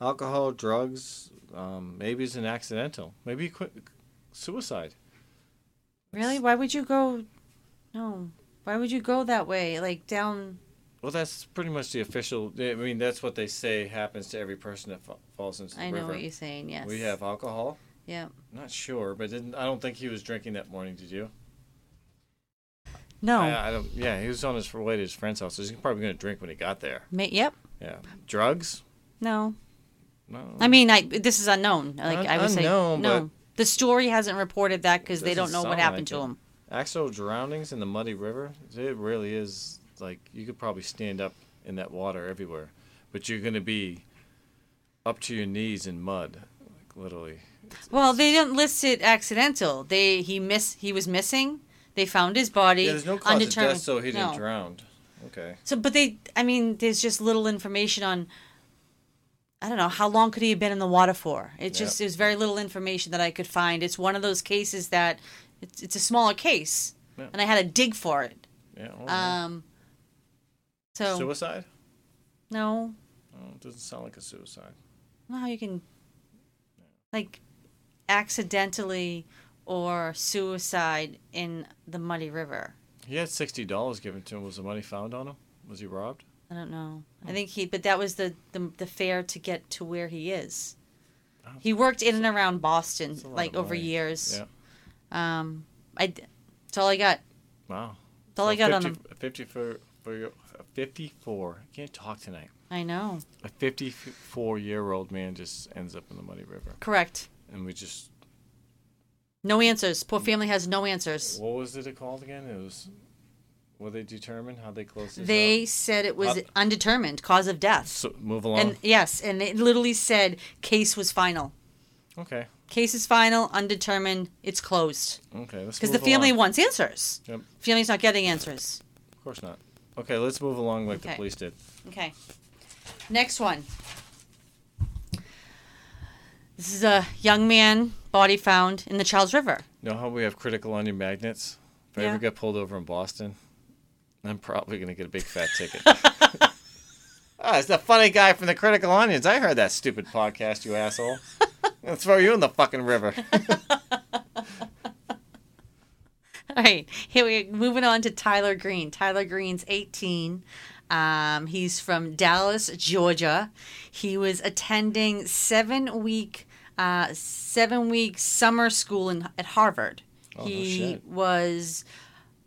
A: alcohol, drugs. Um, maybe it's an accidental. Maybe he quit suicide.
B: really why would you go no why would you go that way like down
A: Well, that's pretty much the official. I mean, that's what they say happens to every person that fa- falls into the
B: i know
A: river.
B: what you're saying yes
A: We have alcohol.
B: yeah
A: Not sure, but didn't, I don't think he was drinking that morning. Did you?
B: no
A: I, uh, I don't. Yeah, he was on his way to his friend's house. So he's probably gonna drink when he got there.
B: Ma- yep
A: Yeah, drugs.
B: no
A: No.
B: i mean i this is unknown like
A: Mm. Un-
B: i would say
A: unknown,
B: no
A: but-
B: the story hasn't reported that because they don't
A: Doesn't
B: know what
A: sound
B: happened
A: like
B: to
A: it.
B: him
A: Actual drownings in the muddy river, it really is like you could probably stand up in that water everywhere, but you're going to be up to your knees in mud, like literally.
B: well they didn't list it accidental they he miss he was missing they found his body
A: Yeah, there's no cause of
B: undetermined
A: death, so he didn't
B: No.
A: drown. Okay.
B: So, but they, I mean, there's just little information on. I don't know how long could he have been in the water for. It just there's very little information that I could find. It's one of those cases that it's, it's a smaller case,
A: Yeah. Oh,
B: and I had to dig for it.
A: Yeah. I don't know.
B: Um, so
A: suicide?
B: no,
A: Oh, it doesn't sound like a suicide.
B: no, how you can like accidentally or suicide in the muddy river.
A: He had sixty dollars given to him. Was the money found on him? Was he robbed?
B: I don't know. I think he, but that was the the, the fare to get to where he is. He worked in and around Boston
A: Oh. That's a lot
B: like
A: of
B: over
A: money.
B: years.
A: Yeah.
B: Um, I d- that's all I got.
A: Wow.
B: That's all I got on them.
A: Fifty-four. for your- a Fifty-four. I can't talk tonight.
B: I know.
A: A fifty-four-year-old man just ends up in the muddy river,
B: Correct.
A: and we just
B: No answers. Poor family has no answers.
A: What was it called again? It was. Were they determined how they closed this
B: They
A: out?
B: said it was
A: Uh,
B: undetermined cause of death.
A: So, move along.
B: And yes, and it literally said case was final.
A: okay.
B: Case is final, undetermined. It's closed
A: Okay. Let's
B: because
A: move
B: the family
A: along.
B: wants answers.
A: Yep.
B: Family's not getting answers.
A: Of course not. Okay, let's move along like the
B: Okay.
A: police did.
B: Okay. Next one. This is a young man body found in the Charles River. [laughs]
A: Know how we have critical onion magnets? If I ever
B: Yeah. [laughs]
A: get pulled over in Boston, I'm probably gonna get a big fat ticket. Ah, it's the funny guy from the Critical Onions. I heard that stupid podcast, you asshole. I'm gonna throw you in the fucking
B: [laughs]
A: river.
B: All right, here we moving on to Tyler Green. Tyler Green's 18. Um, he's from Dallas, Georgia. He was attending seven week uh, seven week summer school in, at Harvard.
A: Oh, no
B: he
A: shit.
B: was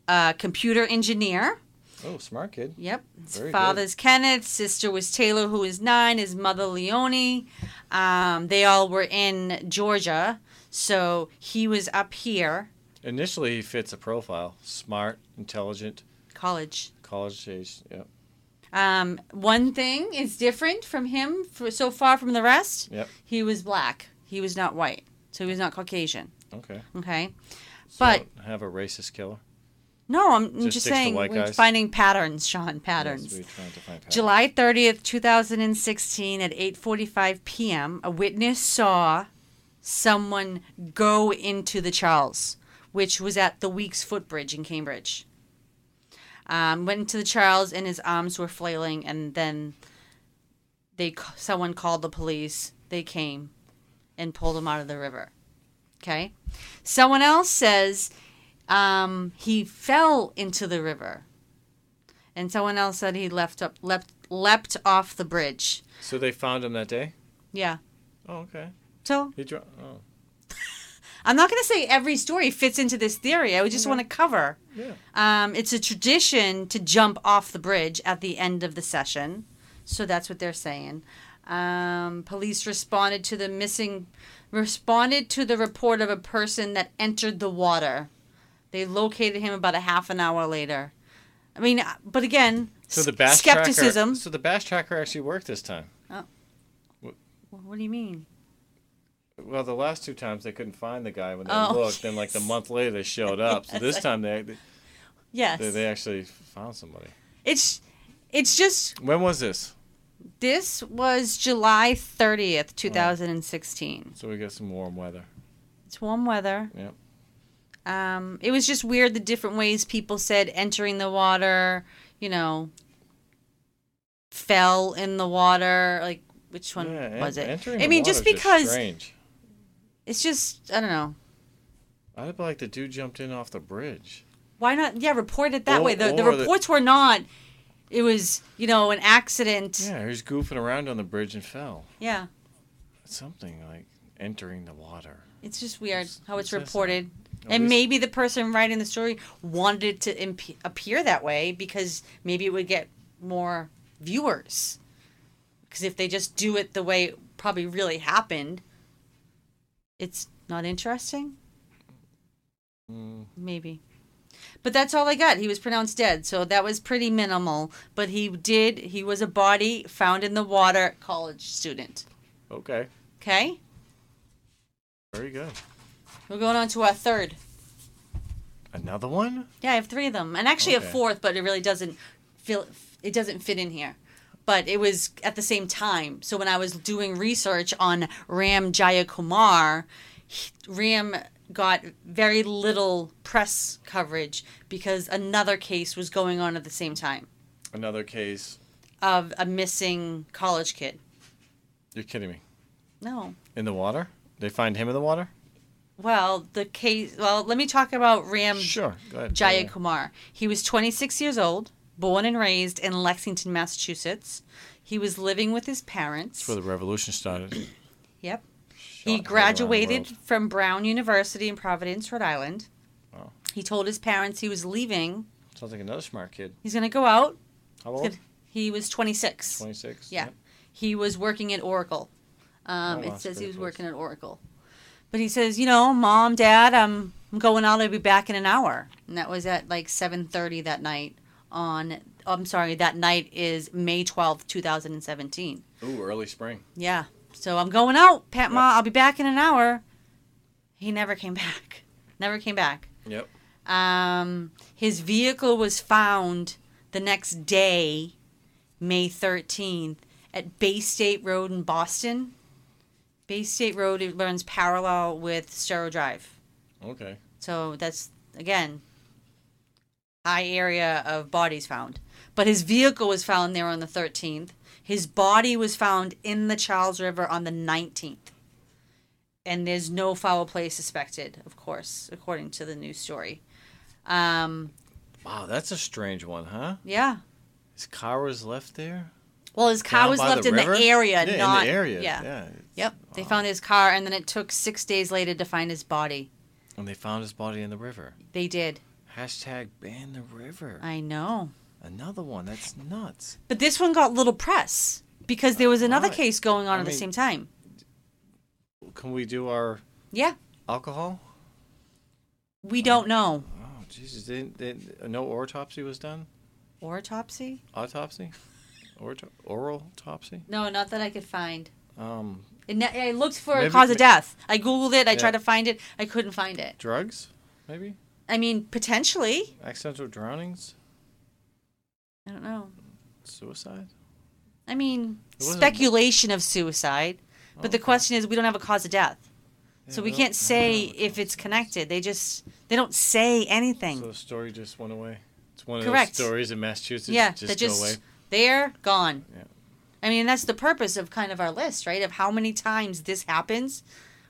B: a computer engineer.
A: Oh, smart kid.
B: Yep. His
A: Very good.
B: father's Kenneth. Sister was Taylor, who is nine. His mother, Leonie. Um, they all were in Georgia. So he was up here,
A: Initially, he fits a profile: smart, intelligent,
B: college.
A: college age. Yep,
B: Um, one thing is different from him for, so far from the rest.
A: yep.
B: He was black. He was not white. So he was not Caucasian.
A: Okay.
B: Okay.
A: So
B: But
A: have a racist killer.
B: no, I'm I'm
A: Just
B: just,
A: sticks to
B: saying
A: white
B: we're
A: guys?
B: finding patterns, Sean. Patterns.
A: Yes, we're trying to find patterns.
B: July 30th, 2016 at 8:45 p.m., a witness saw someone go into the Charles, which was at the Weeks Footbridge in Cambridge. Um, went into the Charles and his arms were flailing and then they c- someone called the police. They came and pulled him out of the river. Okay? Someone else says um, he fell into the river and someone else said he left up leapt leapt off the bridge.
A: So they found him that day.
B: Yeah.
A: Oh, okay.
B: So
A: He dro- Oh,
B: I'm not going to say every story fits into this theory. I would just want to cover.
A: yeah.
B: Um, it's a tradition to jump off the bridge at the end of the session, so that's what they're saying. Um, police responded to the missing, responded to the report of a person that entered the water. They located him about a half an hour later. I mean, uh, but again,
A: So the
B: s-
A: bash
B: skepticism.
A: Tracker, so the bash tracker actually worked this time.
B: What do you mean?
A: Well, the last two times they couldn't find the guy when they
B: Oh,
A: looked. Then, like the month later, they showed up. So
B: [laughs]
A: this time they
B: Yes.
A: they, they actually found somebody.
B: It's it's just
A: When was this?
B: this was July 30th, 2016.
A: So we got some warm weather.
B: It's warm weather.
A: Yep.
B: Um it was just weird the different ways people said entering the water, you know, fell in the water, like which one
A: Yeah,
B: was
A: en-
B: it?
A: entering
B: I
A: the
B: mean
A: water
B: just
A: is
B: because
A: strange.
B: it's just I don't know.
A: I'd be like the dude jumped in off the bridge.
B: Why not yeah, report it that
A: Or-
B: way. The the
A: or the-
B: reports were not it was, you know, an accident. Yeah.
A: Yeah, he was goofing around on the bridge and fell. Something like entering the water.
B: It's just weird
A: It's-
B: how it's
A: it says so.
B: reported.
A: At
B: And
A: least-
B: maybe the person writing the story wanted it to imp- appear that way because maybe it would get more viewers. Because if they just do it the way it probably really happened, it's not interesting.
A: Mm.
B: Maybe. But that's all I got. He was pronounced dead, so that was pretty minimal. But he did, he was a body found in the water, college student.
A: Okay,
B: Okay?
A: very good.
B: We're going on to our third.
A: Another one?
B: Yeah, I have three of them, and actually a
A: Okay.
B: fourth, but it really doesn't feel it doesn't fit in here. But it was at the same time. So when I was doing research on Ram Jayakumar, he- Ram got very little press coverage because another case was going on at the same time
A: Another case?
B: of a missing college kid.
A: You're kidding me.
B: No.
A: In the water? They find him in the water?
B: Well, the case. Well, let me talk about Ram
A: Sure. Go ahead.
B: Um, Jaya Kumar. He was 26 years old, born and raised in Lexington, Massachusetts. He was living with his parents.
A: Where the revolution started.
B: [coughs] Yep.
A: Shot all around
B: He
A: the
B: graduated
A: world.
B: from Brown University in Providence, Rhode Island.
A: Wow.
B: He told his parents he was leaving.
A: Sounds like another smart kid.
B: He's going to go out.
A: How old?
B: He was 26.
A: 26?
B: Yeah. He was working at Oracle. Um,
A: Oh,
B: it
A: that's
B: says he
A: pretty
B: was
A: close.
B: working at Oracle. But he says, you know, mom, dad, I'm, I'm going out. I'll be back in an hour. And that was at like 7.30 that night on, oh, I'm sorry, that night is May 12th, 2017.
A: Ooh, early spring.
B: Yeah. So I'm going out, Pat Ma. I'll be back in an hour. He never came [laughs] back. Never came back.
A: Yep.
B: Um, his vehicle was found the next day, May 13th, at Bay State Road in Boston. Bay State Road it runs parallel with Starrow Drive.
A: Okay.
B: So that's again high area of bodies found. But his vehicle was found there on the 13th. His body was found in the Charles River on the 19th. And there's no foul play suspected, of course, according to the news story. Um,
A: Wow, that's a strange one, huh?
B: yeah.
A: His car was left there.
B: Well, his car
A: Down
B: was
A: by
B: left in
A: river?
B: the area,
A: Yeah,
B: not
A: in the area.
B: Yeah.
A: Yeah.
B: Yep. They found his car, and then it took six days later to find his body.
A: And they found his body in the river.
B: They did.
A: Hashtag ban the river.
B: I know.
A: Another one. That's nuts.
B: But this one got little press because there was another
A: Right.
B: case going on
A: I
B: at the
A: mean-
B: same time.
A: Can we do our
B: Yeah.
A: alcohol?
B: We don't know.
A: Oh, Jesus. They, they, no autopsy was done?
B: Autopsy?
A: Autopsy? Orto- oral autopsy?
B: No, not that I could find.
A: Um,
B: It, ne- I looked for a
A: Maybe-
B: cause of death. I Googled it. I
A: Yeah.
B: tried to find it. I couldn't find it.
A: drugs? Maybe?
B: I mean, potentially.
A: Accidental drownings?
B: I don't know.
A: Suicide?
B: I mean,
A: It wasn't-
B: speculation of suicide. But the
A: Okay.
B: question is, we don't have a cause of death. So
A: Yeah,
B: we
A: don't-
B: can't say
A: don't know.
B: if it's connected. They just they don't say anything.
A: So the story just went away. It's one of
B: Correct.
A: those stories in Massachusetts.
B: yeah,
A: just,
B: they just
A: go away.
B: they're gone.
A: Yeah.
B: I mean, that's the purpose of kind of our list, right? Of how many times this happens,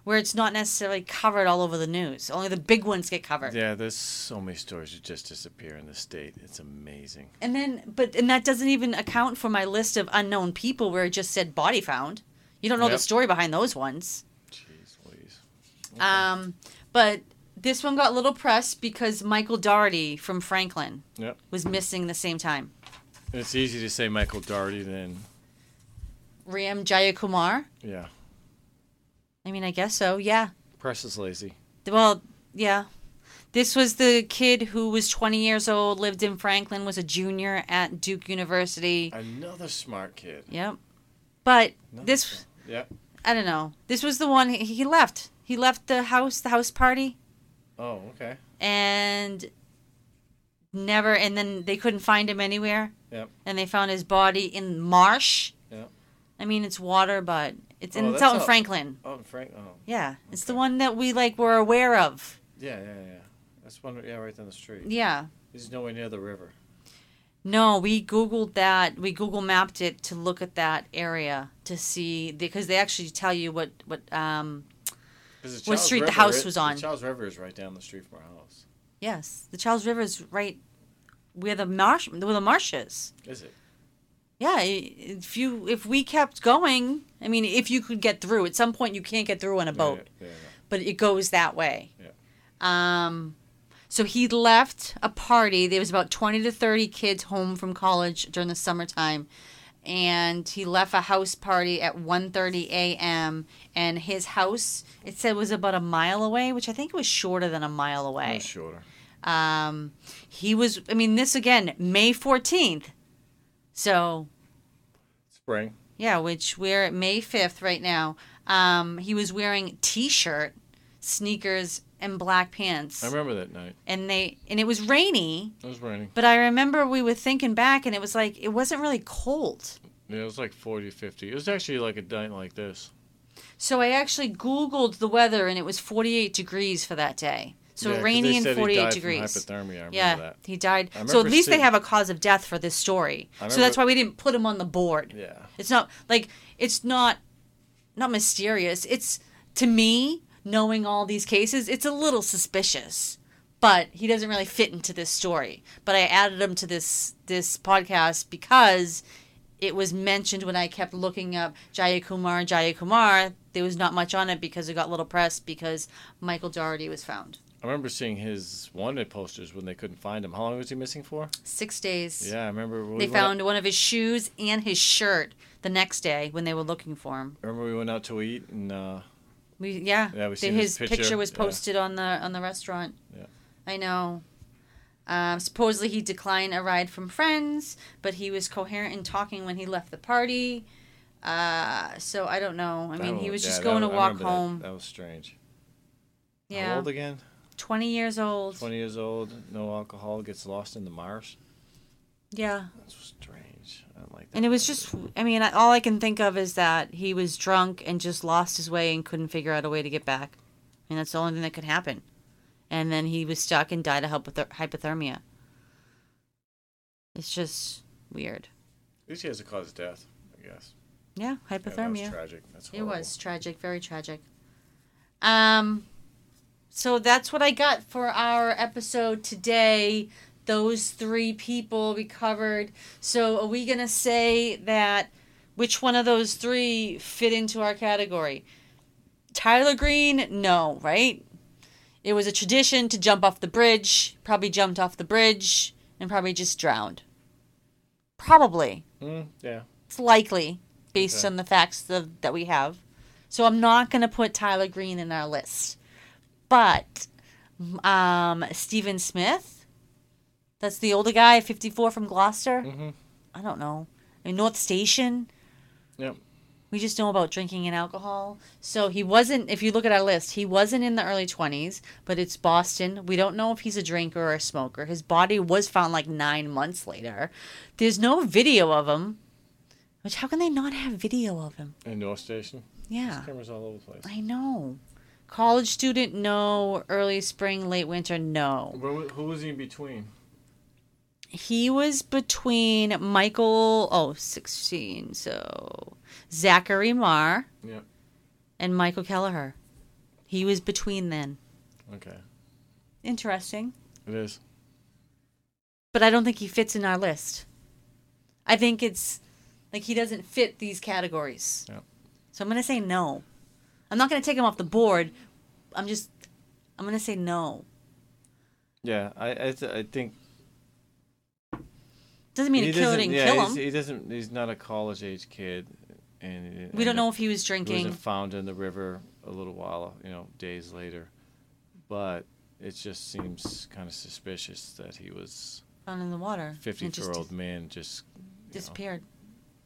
B: where it's not necessarily covered all over the news. Only the big ones get covered.
A: Yeah, there's so many stories that just disappear in the state. It's amazing.
B: And then, but and that doesn't even account for my list of unknown people where it just said body found. You don't know the
A: Yep.
B: story behind those ones.
A: Jeez Louise.
B: Um, but this one got a little press because Michael Doherty from Franklin
A: Yep.
B: was missing the same time.
A: It's easy to say Michael Doherty than,
B: Ram Jayakumar.
A: yeah.
B: I mean, I guess so. Yeah.
A: Press is lazy.
B: Well, yeah. This was the kid who was 20 years old, lived in Franklin, was a junior at Duke University.
A: Another smart kid.
B: Yep. But
A: Another
B: this,
A: smart- Yep.
B: I don't know. This was the one he he left. He left the house, the house party,
A: Oh, okay.
B: and never, and then they couldn't find him anywhere.
A: Yep.
B: And they found his body in marsh.
A: Yep.
B: I mean, it's water, but it's, and
A: Oh,
B: it's
A: that's
B: out in
A: out-
B: Franklin.
A: Oh, and Frank. Oh,
B: Yeah. It's the
A: Okay.
B: one that we like were aware of.
A: yeah, yeah, yeah. That's one. Yeah, right down the street.
B: Yeah.
A: He's nowhere near the river.
B: No, we googled that. We Google mapped it to look at that area to see because they actually tell you what what um
A: What
B: What street the house was on.
A: The Charles River is right down the street from our house.
B: yes, the Charles River is right where the marsh where the marsh is.
A: Is it?
B: Yeah, i- if you if we kept going, I mean, if you could get through, at some point you can't get through on a boat,
A: Yeah, yeah,
B: but it goes that way. Um so he left a party. There was about 20 to 30 kids home from college during the summertime. And he left a house party at 1:30 a.m. and his house it said was about a mile away, which I think was shorter than a mile
A: yeah.
B: away.
A: It's shorter.
B: Um he was I mean this again May 14th. So,
A: Spring.
B: yeah, which we're at May 5th right now. Um he was wearing t-shirt, sneakers and black pants
A: I remember that night.
B: and they and it was rainy
A: It was raining.
B: but i remember we were thinking back and it was like it wasn't really cold
A: Yeah, it was like 40, 50. It was actually like a night like this.
B: so i actually googled the weather and it was 48 degrees for that day so
A: Yeah, 'cause they
B: rainy and
A: said he
B: 48
A: died from
B: degrees
A: hypothermia. I remember
B: yeah
A: that.
B: he
A: I
B: died so at
A: remember
B: least they
A: seeing-
B: have a cause of death for this story
A: I
B: so that's
A: remember-
B: why we didn't put him on the board
A: Yeah.
B: it's not like it's not not mysterious it's to me knowing all these cases it's a little suspicious but he doesn't really fit into this story but i added him to this this podcast because it was mentioned when i kept looking up jayakumar jayakumar there was not much on it because it got little press because michael doherty was found
A: I remember seeing his wanted posters when they couldn't find him. How long was he missing for?
B: six days
A: Yeah, I remember. when we
B: they
A: went
B: found
A: Out,
B: one of his shoes and his shirt the next day when they were looking for him
A: remember we went out to eat and uh,
B: We yeah.
A: Yeah, we
B: The-
A: seen his
B: his picture.
A: picture,
B: was
A: yeah.
B: posted on the on the restaurant.
A: Yeah.
B: I know. Um, supposedly he declined a ride from friends, but he was coherent in talking when he left the party. Uh, so I don't know. I
A: that
B: mean, he
A: one-
B: was
A: Oh, yeah,
B: just
A: that
B: going to
A: one- I
B: walk
A: remember that.
B: home.
A: That was strange.
B: Yeah,
A: How old again?
B: twenty years old.
A: 20 years old, no alcohol, gets lost in the marsh.
B: Yeah,
A: That's strange. I don't like that.
B: and it was
A: either.
B: just. I mean, I- all I can think of is that he was drunk and just lost his way and couldn't figure out a way to get back. I mean, that's the only thing that could happen. And then he was stuck and died of hypother- hypothermia. It's just weird.
A: At least he has a cause of death, I guess.
B: Yeah,
A: Yeah, that was
B: hypothermia.
A: tragic. That's
B: it
A: horrible.
B: was tragic, very tragic. Um, so that's what I got for our episode today. Those three people we covered. So are we gonna say that which one of those three fit into our category? Tyler Green, no, right? It was a tradition to jump off the bridge. Probably jumped off the bridge and probably just drowned. Probably.
A: Mm, yeah.
B: It's likely based
A: Okay.
B: on the facts of, that we have. So I'm not going to put Tyler Green in our list. But um, Stephen Smith, that's the older guy, 54 from Gloucester.
A: Mhm.
B: I don't know. I mean, North Station.
A: Yep.
B: We just know about drinking and alcohol. So he wasn't, if you look at our list, he wasn't in the early 20s, but it's Boston. We don't know if he's a drinker or a smoker. His body was found like nine months later. There's no video of him, which how can they not have video of him?
A: And North Station.
B: Yeah.
A: Cameras all over the place.
B: I know. College student, no. Early spring, late winter, no.
A: Where, wa- who was he in between?
B: He was between Michael, oh, 16, so Zachary Marr
A: Yep.
B: and Michael Kelleher. He was between then.
A: Okay.
B: Interesting.
A: It is.
B: But I don't think he fits in our list. I think it's like he doesn't fit these categories.
A: Yep.
B: So I'm going to say no. I'm not going to take him off the board. I'm just, I'm going to say no.
A: Yeah, I I, th- I think
B: Doesn't mean to kill it
A: doesn't.
B: and
A: yeah,
B: kill
A: he's-
B: him.
A: he doesn't. He's not a college age kid, and
B: we don't know if he was
A: he
B: drinking.
A: wasn't found in the river a little while, you know, days later. But it just seems kind of suspicious that he was
B: found in the water. and
A: fifty
B: just
A: year old man just
B: disappeared.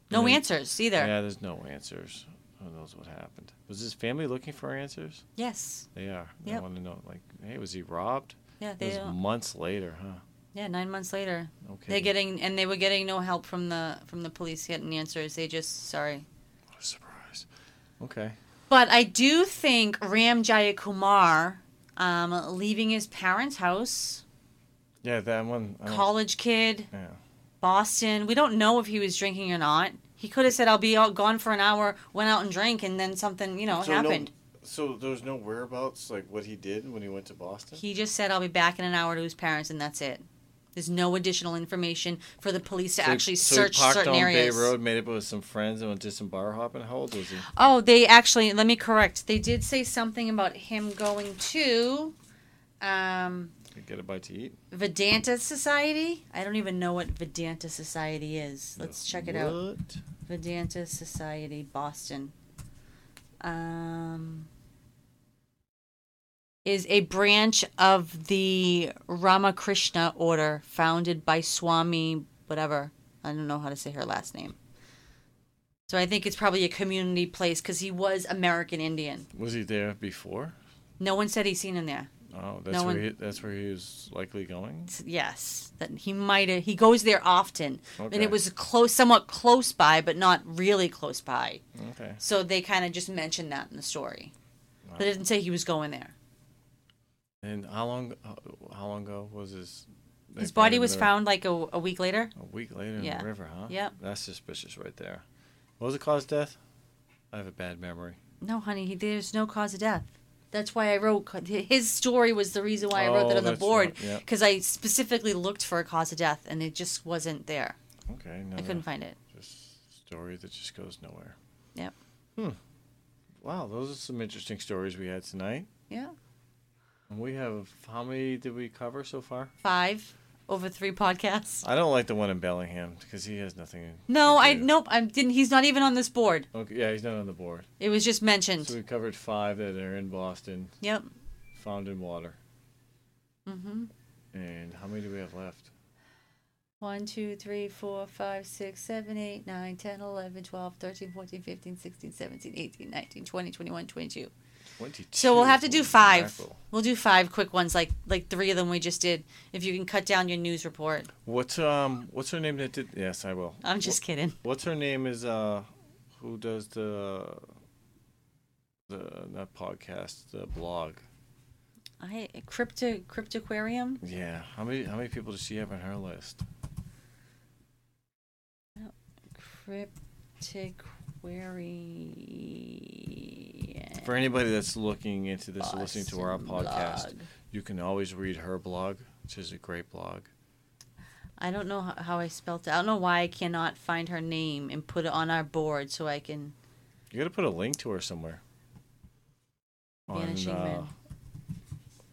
A: And
B: No
A: then-
B: answers either.
A: Yeah, there's no answers. Who knows what happened? Was his family looking for answers?
B: Yes.
A: They are. They
B: Yep.
A: want to know, like, hey, was he robbed?
B: Yeah.
A: It
B: They.
A: was
B: uh, don't-
A: months later, huh?
B: Yeah. Nine months later,
A: Okay.
B: they're getting and they were getting no help from the from the police getting answers. They just sorry.
A: What a surprise. Okay.
B: But I do think Ram Jayakumar, um, leaving his parents' house,
A: Yeah, that one. I don't-
B: college kid,
A: Yeah.
B: Boston. We don't know if he was drinking or not. He could have said, "I'll be out gone for an hour," went out and drank, and then something, you know, happened.
A: so there's no whereabouts, like what he did when he went to Boston.
B: He just said, I'll be back in an hour to his parents, and that's it. There's no additional information for the police to actually search
A: he parked
B: certain
A: on
B: areas.
A: Bay Road, made up with some friends, and went to some bar hopping. How old was he?
B: Oh, they actually, let me correct. They did say something about him going to um,
A: Could get a bite to eat.
B: Vedanta Society. I don't even know what Vedanta Society is. Let's check it out.
A: What?
B: Vedanta Society, Boston. Um, is a branch of the Ramakrishna order founded by Swami, whatever. I don't know how to say her last name. So I think it's probably a community place because he was American Indian.
A: Was he there before?
B: No one said he's seen him there.
A: Oh, that's
B: No
A: where
B: one-
A: he, that's where he was likely going.
B: Yes, that he might have. He goes there often, and
A: Okay.
B: it was close, somewhat close by, but not really close by.
A: Okay.
B: So they kind of just mentioned that in the story. They didn't say he was going there.
A: And how long how, how long ago was his? they
B: His
A: found
B: body
A: him
B: was
A: in the-
B: found like a, a week later.
A: a week later in
B: Yeah.
A: the river, huh?
B: Yep.
A: That's suspicious right there. What was the cause of death? I have a bad memory.
B: No, honey, he, there's no cause of death. That's why I wrote his story was the reason why I wrote that
A: Oh,
B: on the
A: that's
B: board
A: right, yeah.
B: because I specifically looked for a cause of death and it just wasn't there.
A: Okay. No,
B: I couldn't
A: no.
B: find it.
A: Just story that just goes nowhere. Hmm.
B: Yep.
A: Wow, those are some interesting stories we had tonight.
B: Yeah.
A: And we have how many did we cover so far?
B: Five over three podcasts.
A: I don't like the one in Bellingham because he has nothing.
B: No,
A: to
B: I
A: do.
B: nope. I didn't. He's not even on this board.
A: Okay, yeah, he's not on the board.
B: It was just mentioned.
A: So we covered five that are in Boston,
B: Yep.
A: found in water.
B: Mm-hmm.
A: And how many do we have left?
B: One, two, three, four, five, six, seven, eight, nine, ten, eleven, twelve, thirteen, fourteen, fifteen, sixteen, seventeen, eighteen, nineteen, twenty, twenty-one, twenty-two.
A: Twenty-two.
B: So we'll have to do
A: Holy
B: five.
A: mackerel.
B: We'll do five quick ones, like like three of them we just did. If you can cut down your news report,
A: What's um? What's her name that did? Yes, I will.
B: I'm just kidding.
A: What's her name is uh, who does the the not podcast the blog?
B: I crypto cryptoquarium.
A: Yeah, how many how many people does she have on her list?
B: Crypt. Antiquarian.
A: For anybody that's looking into this or listening to our
B: Boston
A: podcast,
B: blog.
A: you can always read her blog, which is a great blog.
B: I don't know how, how I spelt it. I don't know why I cannot find her name and put it on our board so I can.
A: You got to put a link to her somewhere. uh,
B: Vanishing Man.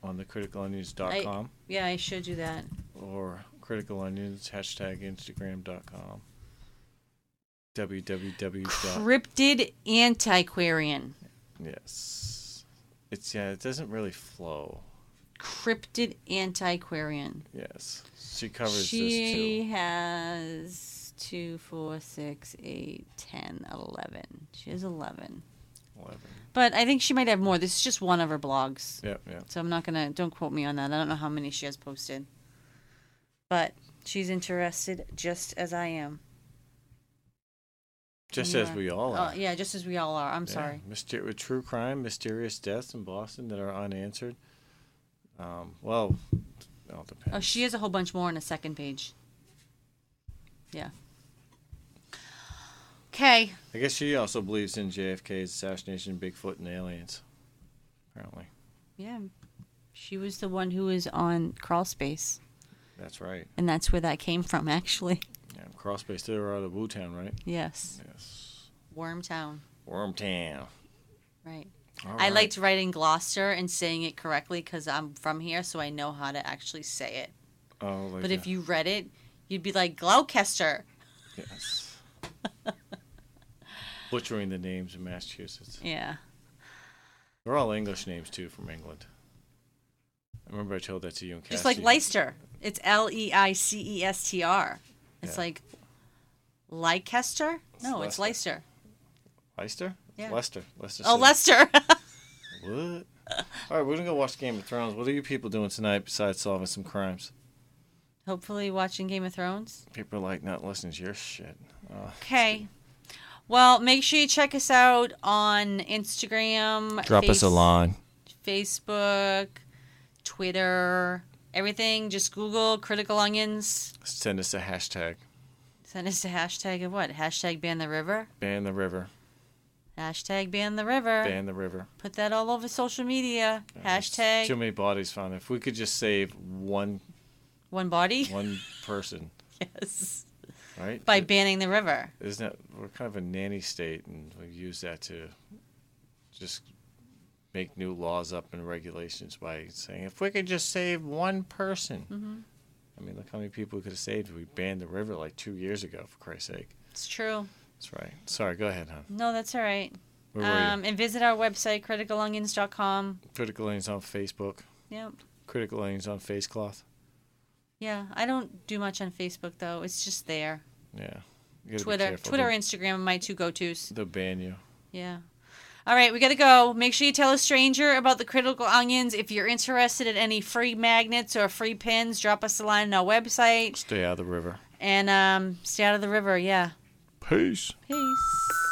A: on the critical.onions.com
B: Yeah, I should do that.
A: or critical onions hashtag instagram.com www. dot-
B: Cryptid Antiquarian.
A: yes. It's yeah, it doesn't really flow.
B: Cryptid Antiquarian.
A: Yes. She covers
B: she
A: this too.
B: has two, four, six, eight, ten, eleven. She has 11.
A: 11.
B: But I think she might have more. This is just one of her blogs.
A: Yep, yep.
B: So I'm not going to, don't quote me on that. I don't know how many she has posted. But she's interested just as I am.
A: Just
B: You
A: as
B: are.
A: we all
B: Oh,
A: are.
B: yeah, just as we all are. I'm
A: Yeah.
B: sorry.
A: Myster- with true crime, mysterious deaths in Boston that are unanswered. Um, well, it all depends.
B: Oh, she has a whole bunch more on the second page. Yeah. Okay.
A: I guess she also believes in JFK's assassination, Bigfoot, and aliens. Apparently,
B: Yeah. She was the one who was on Crawl Space,
A: that's right.
B: and that's where that came from, [laughs] actually.
A: Yeah, Crossbase, they were out of Wu Town, right?
B: Yes.
A: Yes.
B: Wormtown.
A: Wormtown.
B: Right.
A: All
B: I
A: right.
B: liked writing Gloucester and saying it correctly because I'm from here, so I know how to actually say it.
A: Oh, like
B: But if
A: that.
B: you read it, you'd be like, Gloucester.
A: yes. Butchering the names in Massachusetts.
B: Yeah.
A: They're all English names too, from England. I remember I told that to you and Cassie.
B: Just like Leicester. It's L E I C E S T R. It's
A: Yeah.
B: like Leicester? No, it's
A: Leicester.
B: Leicester.
A: Leicester.
B: Yeah.
A: Leicester. Leicester.
B: Oh,
A: City. [laughs]
B: Leicester.
A: What? All right, we're gonna go watch Game of Thrones. What are you people doing tonight besides solving some crimes?
B: Hopefully, watching Game of Thrones.
A: People are like not listening to your shit. Uh,
B: Okay. Well, make sure you check us out on Instagram. Face-
A: line.
B: Facebook, Twitter, everything. Just Google Critical Onions.
A: Send us a hashtag.
B: Send us a hashtag of what? Hashtag ban the river.
A: Ban the river.
B: Hashtag ban the river.
A: Ban the river.
B: Put that all over social media.
A: There's
B: hashtag
A: Too many bodies found. If we could just save one
B: one body.
A: one person,
B: Yes.
A: right?
B: By banning the river.
A: Isn't that we're kind of a nanny state, and we use that to just make new laws up and regulations by saying if we could just save one person.
B: Mm-hmm.
A: I mean, look how many people we could have saved if we banned the river like two years ago. For Christ's sake,
B: It's true.
A: that's right. Sorry, go ahead, hon.
B: No, that's all right.
A: Where were
B: Um, and visit our website, criticalonions.com.
A: you? Critical Lanes on Facebook.
B: Yep.
A: Critical Lanes on Facecloth.
B: Yeah, I don't do much on Facebook though. It's just there.
A: Yeah. You gotta be
B: Twitter,
A: careful.
B: Twitter, Instagram, are my two go-tos.
A: They'll ban you.
B: Yeah. All right, we got to go. Make sure you tell a stranger about the critical onions. If you're interested in any free magnets or free pins, drop us a line on our website
A: Stay out of the river.
B: and um, stay out of the river. Yeah.
A: Peace.
B: Peace.